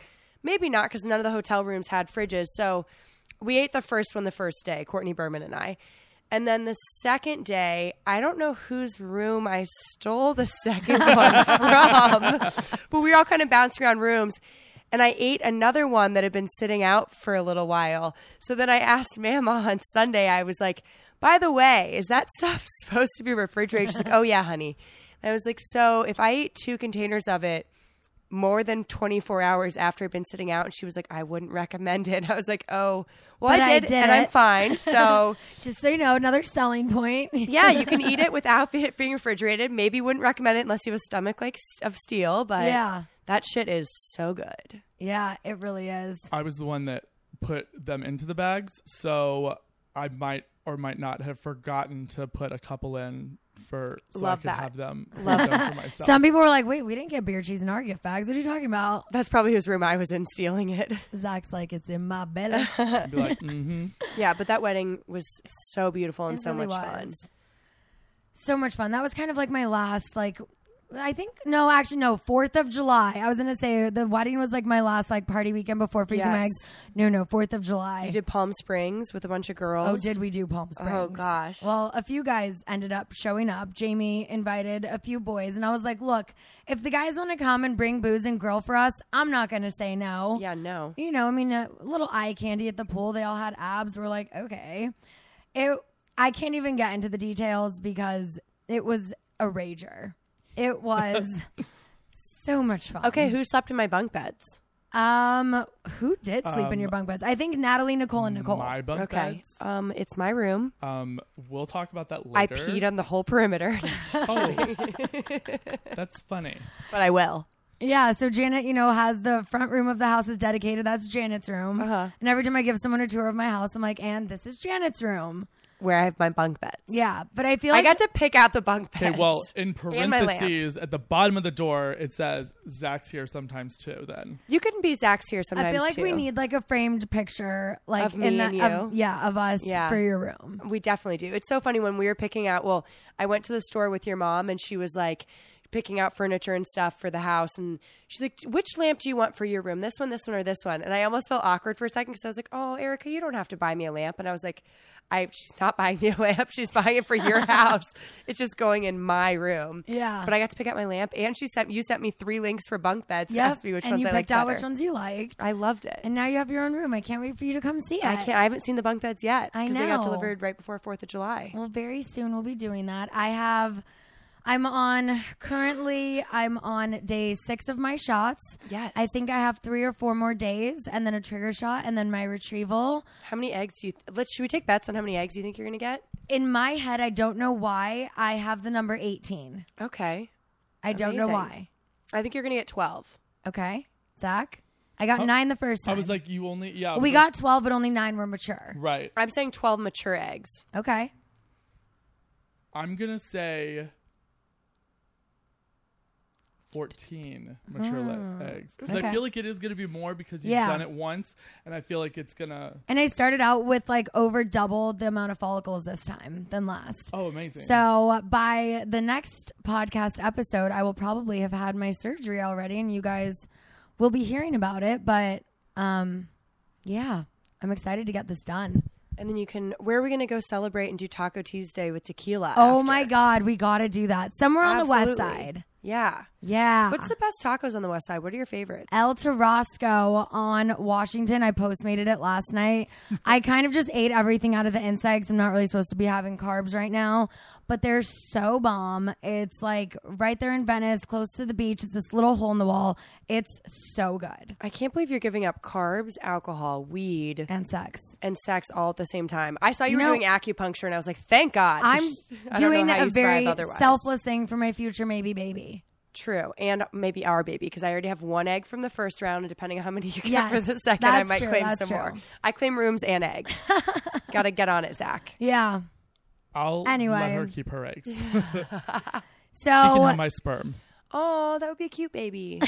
[SPEAKER 4] maybe not because none of the hotel rooms had fridges. So we ate the first one the first day, Courtney Berman and I. And then the second day, I don't know whose room I stole the second one from, but we were all kind of bouncing around rooms. And I ate another one that had been sitting out for a little while. So then I asked Mama on Sunday, I was like, by the way, is that stuff supposed to be refrigerated? She's like, oh, yeah, honey. And I was like, so if I ate two containers of it, more than 24 hours after it'd been sitting out and she was like i wouldn't recommend it and i was like oh well
[SPEAKER 2] But
[SPEAKER 4] I,
[SPEAKER 2] I
[SPEAKER 4] did,
[SPEAKER 2] did
[SPEAKER 4] and i'm
[SPEAKER 2] it.
[SPEAKER 4] fine so
[SPEAKER 2] just so you know, another selling point.
[SPEAKER 4] yeah you can eat it without it being refrigerated maybe wouldn't recommend it unless you have a stomach like s- of steel but
[SPEAKER 2] Yeah.
[SPEAKER 4] that shit is so good
[SPEAKER 2] yeah, it really is.
[SPEAKER 5] I was the one that put them into the bags, so I might or might not have forgotten to put a couple in for so
[SPEAKER 4] Love
[SPEAKER 5] I could
[SPEAKER 4] that.
[SPEAKER 5] have them, have them for myself.
[SPEAKER 2] Some people were like, "Wait, we didn't get beer cheese in our gift bags. What are you talking about?"
[SPEAKER 4] that's probably whose room i was in stealing it
[SPEAKER 2] Zach's like, "It's in my belly."
[SPEAKER 5] Be like, mm-hmm.
[SPEAKER 4] yeah but that wedding was so beautiful and
[SPEAKER 2] It
[SPEAKER 4] so
[SPEAKER 2] really
[SPEAKER 4] much fun
[SPEAKER 2] was. So much fun. That was kind of like my last like I think no, actually no, fourth of July. I was gonna say the wedding was like my last like party weekend before freezing my
[SPEAKER 4] Yes.
[SPEAKER 2] eggs. No, no, fourth of July.
[SPEAKER 4] we did palm springs with a bunch of girls
[SPEAKER 2] Oh, did we do Palm Springs?
[SPEAKER 4] gosh.
[SPEAKER 2] Well, a few guys ended up showing up. Jamie invited a few boys, and I was like, "Look, if the guys want to come and bring booze and grill for us, I'm not gonna say no."
[SPEAKER 4] yeah no
[SPEAKER 2] you know, I mean, a little eye candy at the pool. They all had abs. We're like, okay. It. I can't even get into the details because it was a rager. It was so much fun.
[SPEAKER 4] okay who slept in my bunk beds
[SPEAKER 2] Um, who did sleep in your bunk beds? I think Natalie, Nicole, and Nicole.
[SPEAKER 5] my bunk
[SPEAKER 4] okay
[SPEAKER 5] beds.
[SPEAKER 4] um it's my room
[SPEAKER 5] Um, we'll talk about that later.
[SPEAKER 4] i peed on the whole perimeter
[SPEAKER 5] Oh. that's funny.
[SPEAKER 4] but I will.
[SPEAKER 2] Yeah, so Janet, you know, has the front room of the house is dedicated. That's Janet's room.
[SPEAKER 4] Uh-huh.
[SPEAKER 2] And every time I give someone a tour of my house, I'm like, and this is Janet's room.
[SPEAKER 4] Where I have my bunk beds.
[SPEAKER 2] Yeah, but I feel
[SPEAKER 4] I
[SPEAKER 2] like
[SPEAKER 4] got to pick out the bunk beds.
[SPEAKER 5] Okay, well, in
[SPEAKER 4] And my lamp.
[SPEAKER 5] parentheses at the bottom of the door, it says Zach's here sometimes too. Then
[SPEAKER 4] you can be Zach's here sometimes.
[SPEAKER 2] I feel like we
[SPEAKER 4] too.
[SPEAKER 2] need like a framed picture, like
[SPEAKER 4] Of me
[SPEAKER 2] in the,
[SPEAKER 4] and
[SPEAKER 2] of-
[SPEAKER 4] you?
[SPEAKER 2] yeah, of us
[SPEAKER 4] Yeah.
[SPEAKER 2] for your room.
[SPEAKER 4] We definitely do. It's so funny when we were picking out. Well, I went to the store with your mom, and she was like picking out furniture and stuff for the house, and she's like, "Which lamp do you want for your room? This one, this one, or this one?" And I almost felt awkward for a second because I was like, "Oh, Erica, you don't have to buy me a lamp," and I was like. I, she's not buying me a lamp. She's buying it for your house. It's just going in my room.
[SPEAKER 2] Yeah.
[SPEAKER 4] But I got to pick out my lamp, and she sent you sent me three links for bunk beds.
[SPEAKER 2] Yep.
[SPEAKER 4] Asked me which
[SPEAKER 2] and
[SPEAKER 4] ones
[SPEAKER 2] you
[SPEAKER 4] I
[SPEAKER 2] picked
[SPEAKER 4] liked
[SPEAKER 2] out
[SPEAKER 4] better.
[SPEAKER 2] which ones you liked,
[SPEAKER 4] I loved it.
[SPEAKER 2] and now you have your own room. I can't wait for you to come see it.
[SPEAKER 4] I can't. I haven't seen the bunk beds yet
[SPEAKER 2] I
[SPEAKER 4] because they got
[SPEAKER 2] know.
[SPEAKER 4] delivered right before Fourth of July.
[SPEAKER 2] Well, very soon we'll be doing that. I have. I'm on currently. I'm on day six of my shots.
[SPEAKER 4] Yes.
[SPEAKER 2] I think I have three or four more days, and then a trigger shot, and then my retrieval.
[SPEAKER 4] How many eggs do you? Th- let's. Should we take bets on how many eggs you think you're gonna get?
[SPEAKER 2] In my head, I don't know why I have the number eighteen.
[SPEAKER 4] Okay.
[SPEAKER 2] I don't know
[SPEAKER 4] Amazing.
[SPEAKER 2] why.
[SPEAKER 4] I think you're gonna get twelve.
[SPEAKER 2] Okay, Zach, I got nine the first
[SPEAKER 5] I
[SPEAKER 2] time.
[SPEAKER 5] was like, you only yeah. I
[SPEAKER 2] we
[SPEAKER 5] was like,
[SPEAKER 2] got twelve, but only nine were mature.
[SPEAKER 5] right.
[SPEAKER 4] I'm saying twelve mature eggs.
[SPEAKER 2] Okay,
[SPEAKER 5] I'm gonna say fourteen mature le- eggs because
[SPEAKER 2] Hmm. okay.
[SPEAKER 5] I feel like it is gonna be more because you've
[SPEAKER 2] Yeah.
[SPEAKER 5] done it once, and I feel like it's gonna.
[SPEAKER 2] and I started out with like over double the amount of follicles this time than last.
[SPEAKER 5] Oh, amazing!
[SPEAKER 2] So by the next podcast episode, I will probably have had my surgery already, and you guys will be hearing about it. But um, yeah, I'm excited to get this done.
[SPEAKER 4] And then you can. Where are we gonna go celebrate and do Taco Tuesday with tequila?
[SPEAKER 2] Oh
[SPEAKER 4] after?
[SPEAKER 2] my God, we got to do that somewhere on the
[SPEAKER 4] Absolutely.
[SPEAKER 2] west side.
[SPEAKER 4] Yeah.
[SPEAKER 2] Yeah.
[SPEAKER 4] What's the best tacos on the west side? What are your favorites?
[SPEAKER 2] El Tarasco on Washington. I postmated it last night. I kind of just ate everything out of the inside because I'm not really supposed to be having carbs right now. But they're so bomb. It's like right there in Venice, close to the beach. It's this little hole in the wall. It's so good.
[SPEAKER 4] I can't believe you're giving up carbs, alcohol, weed,
[SPEAKER 2] And sex.
[SPEAKER 4] and sex all at the same time. I saw you, were
[SPEAKER 2] know-
[SPEAKER 4] doing acupuncture, and I was like, "Thank God."
[SPEAKER 2] I'm
[SPEAKER 4] I don't know
[SPEAKER 2] doing
[SPEAKER 4] how
[SPEAKER 2] a
[SPEAKER 4] you survive
[SPEAKER 2] very
[SPEAKER 4] otherwise.
[SPEAKER 2] selfless thing for my future maybe baby.
[SPEAKER 4] True, and maybe our baby because I already have one egg from the first round, and depending on how many you get
[SPEAKER 2] Yes,
[SPEAKER 4] for the second, I
[SPEAKER 2] that's
[SPEAKER 4] might
[SPEAKER 2] true,
[SPEAKER 4] claim
[SPEAKER 2] that's
[SPEAKER 4] some
[SPEAKER 2] true.
[SPEAKER 4] more. I claim rooms and eggs. Got to get on it, Zach.
[SPEAKER 2] Yeah.
[SPEAKER 5] I'll let
[SPEAKER 2] Anyway.
[SPEAKER 5] her keep her eggs. She can
[SPEAKER 2] So
[SPEAKER 5] have my sperm.
[SPEAKER 4] Oh, that would be a cute baby.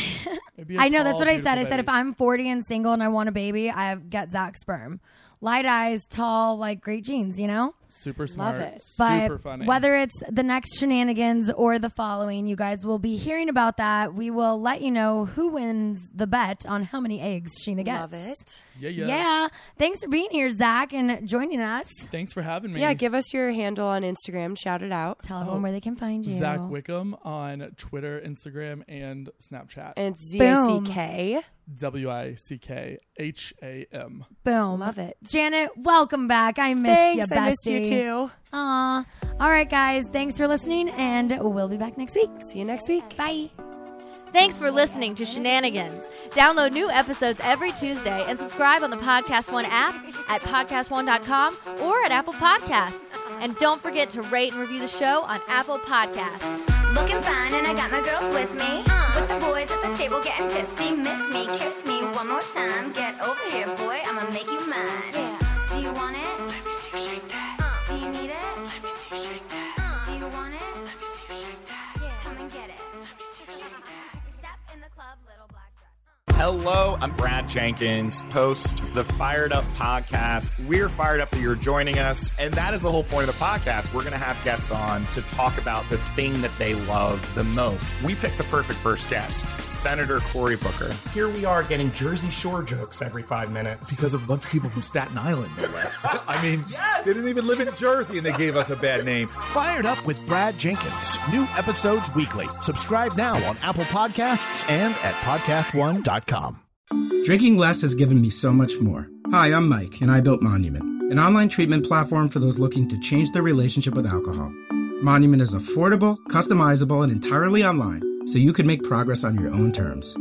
[SPEAKER 5] It'd be a
[SPEAKER 2] I know
[SPEAKER 5] tall,
[SPEAKER 2] that's what I
[SPEAKER 5] beautiful
[SPEAKER 2] said. I said
[SPEAKER 5] baby.
[SPEAKER 2] if I'm 40 and single and I want a baby, I have get Zach sperm. Light eyes, tall, like great genes, you know?
[SPEAKER 5] super smart,
[SPEAKER 4] it.
[SPEAKER 2] But
[SPEAKER 5] super funny.
[SPEAKER 2] whether it's the next shenanigans or the following, you guys will be hearing about that. We will let you know who wins the bet on how many eggs Sheena gets.
[SPEAKER 3] Love it.
[SPEAKER 5] yeah, yeah.
[SPEAKER 2] Yeah. Thanks for being here, Zach, and joining us.
[SPEAKER 5] Thanks for having me.
[SPEAKER 4] yeah, give us your handle on Instagram. Shout it out.
[SPEAKER 2] Tell everyone where they can find you.
[SPEAKER 5] Oh, Zach Wickham on Twitter, Instagram, and Snapchat.
[SPEAKER 4] And it's Z A C K.
[SPEAKER 5] W i c k h a m.
[SPEAKER 2] Boom.
[SPEAKER 4] Love it.
[SPEAKER 2] Janet, welcome back. I missed
[SPEAKER 4] Thanks,
[SPEAKER 2] you, bestie.
[SPEAKER 4] I missed you too.
[SPEAKER 2] Aw. All right, guys. Thanks for listening, and we'll be back next week.
[SPEAKER 4] See you next week.
[SPEAKER 2] Bye.
[SPEAKER 3] Thanks for listening to Shenanigans. Download new episodes every Tuesday and subscribe on the Podcast One app at podcastone.com or at Apple Podcasts. And don't forget to rate and review the show on Apple Podcasts.
[SPEAKER 6] Looking fine, and I got my girls with me. With the boys at the table getting tipsy. Miss me, kiss me one more time. Get over here, boy. I'ma make you mine. Do you want it? Let me see you shake that. do you need it? Let me see you shake that. do you want it? Let me see you shake that. Come and get it. Let me see you shake that. Step in the club, little black dress.
[SPEAKER 7] Hello, I'm Brad Jenkins, host of the Fired Up podcast. We're fired up that you're joining us, and that is the whole point of the podcast. We're going to have guests on to talk about the thing that they love the most. We picked the perfect first guest, Senator Cory Booker. Here we are getting Jersey Shore jokes every five minutes.
[SPEAKER 8] because of a bunch of people from Staten Island. no less. I mean, they didn't even live in Jersey and they gave us a bad name. Fired Up with Brad Jenkins. New episodes weekly. Subscribe now on Apple Podcasts and at podcastone.com.
[SPEAKER 9] Drinking less has given me so much more. Hi, I'm Mike, and I built Monument, an online treatment platform for those looking to change their relationship with alcohol. Monument is affordable, customizable, and entirely online, so you can make progress on your own terms.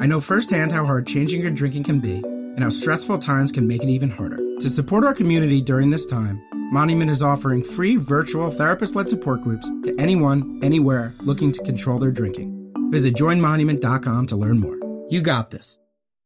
[SPEAKER 9] I know firsthand how hard changing your drinking can be, and how stressful times can make it even harder. To support our community during this time, Monument is offering free virtual therapist led support groups to anyone, anywhere looking to control their drinking. Visit joinmonument.com to learn more. You got this.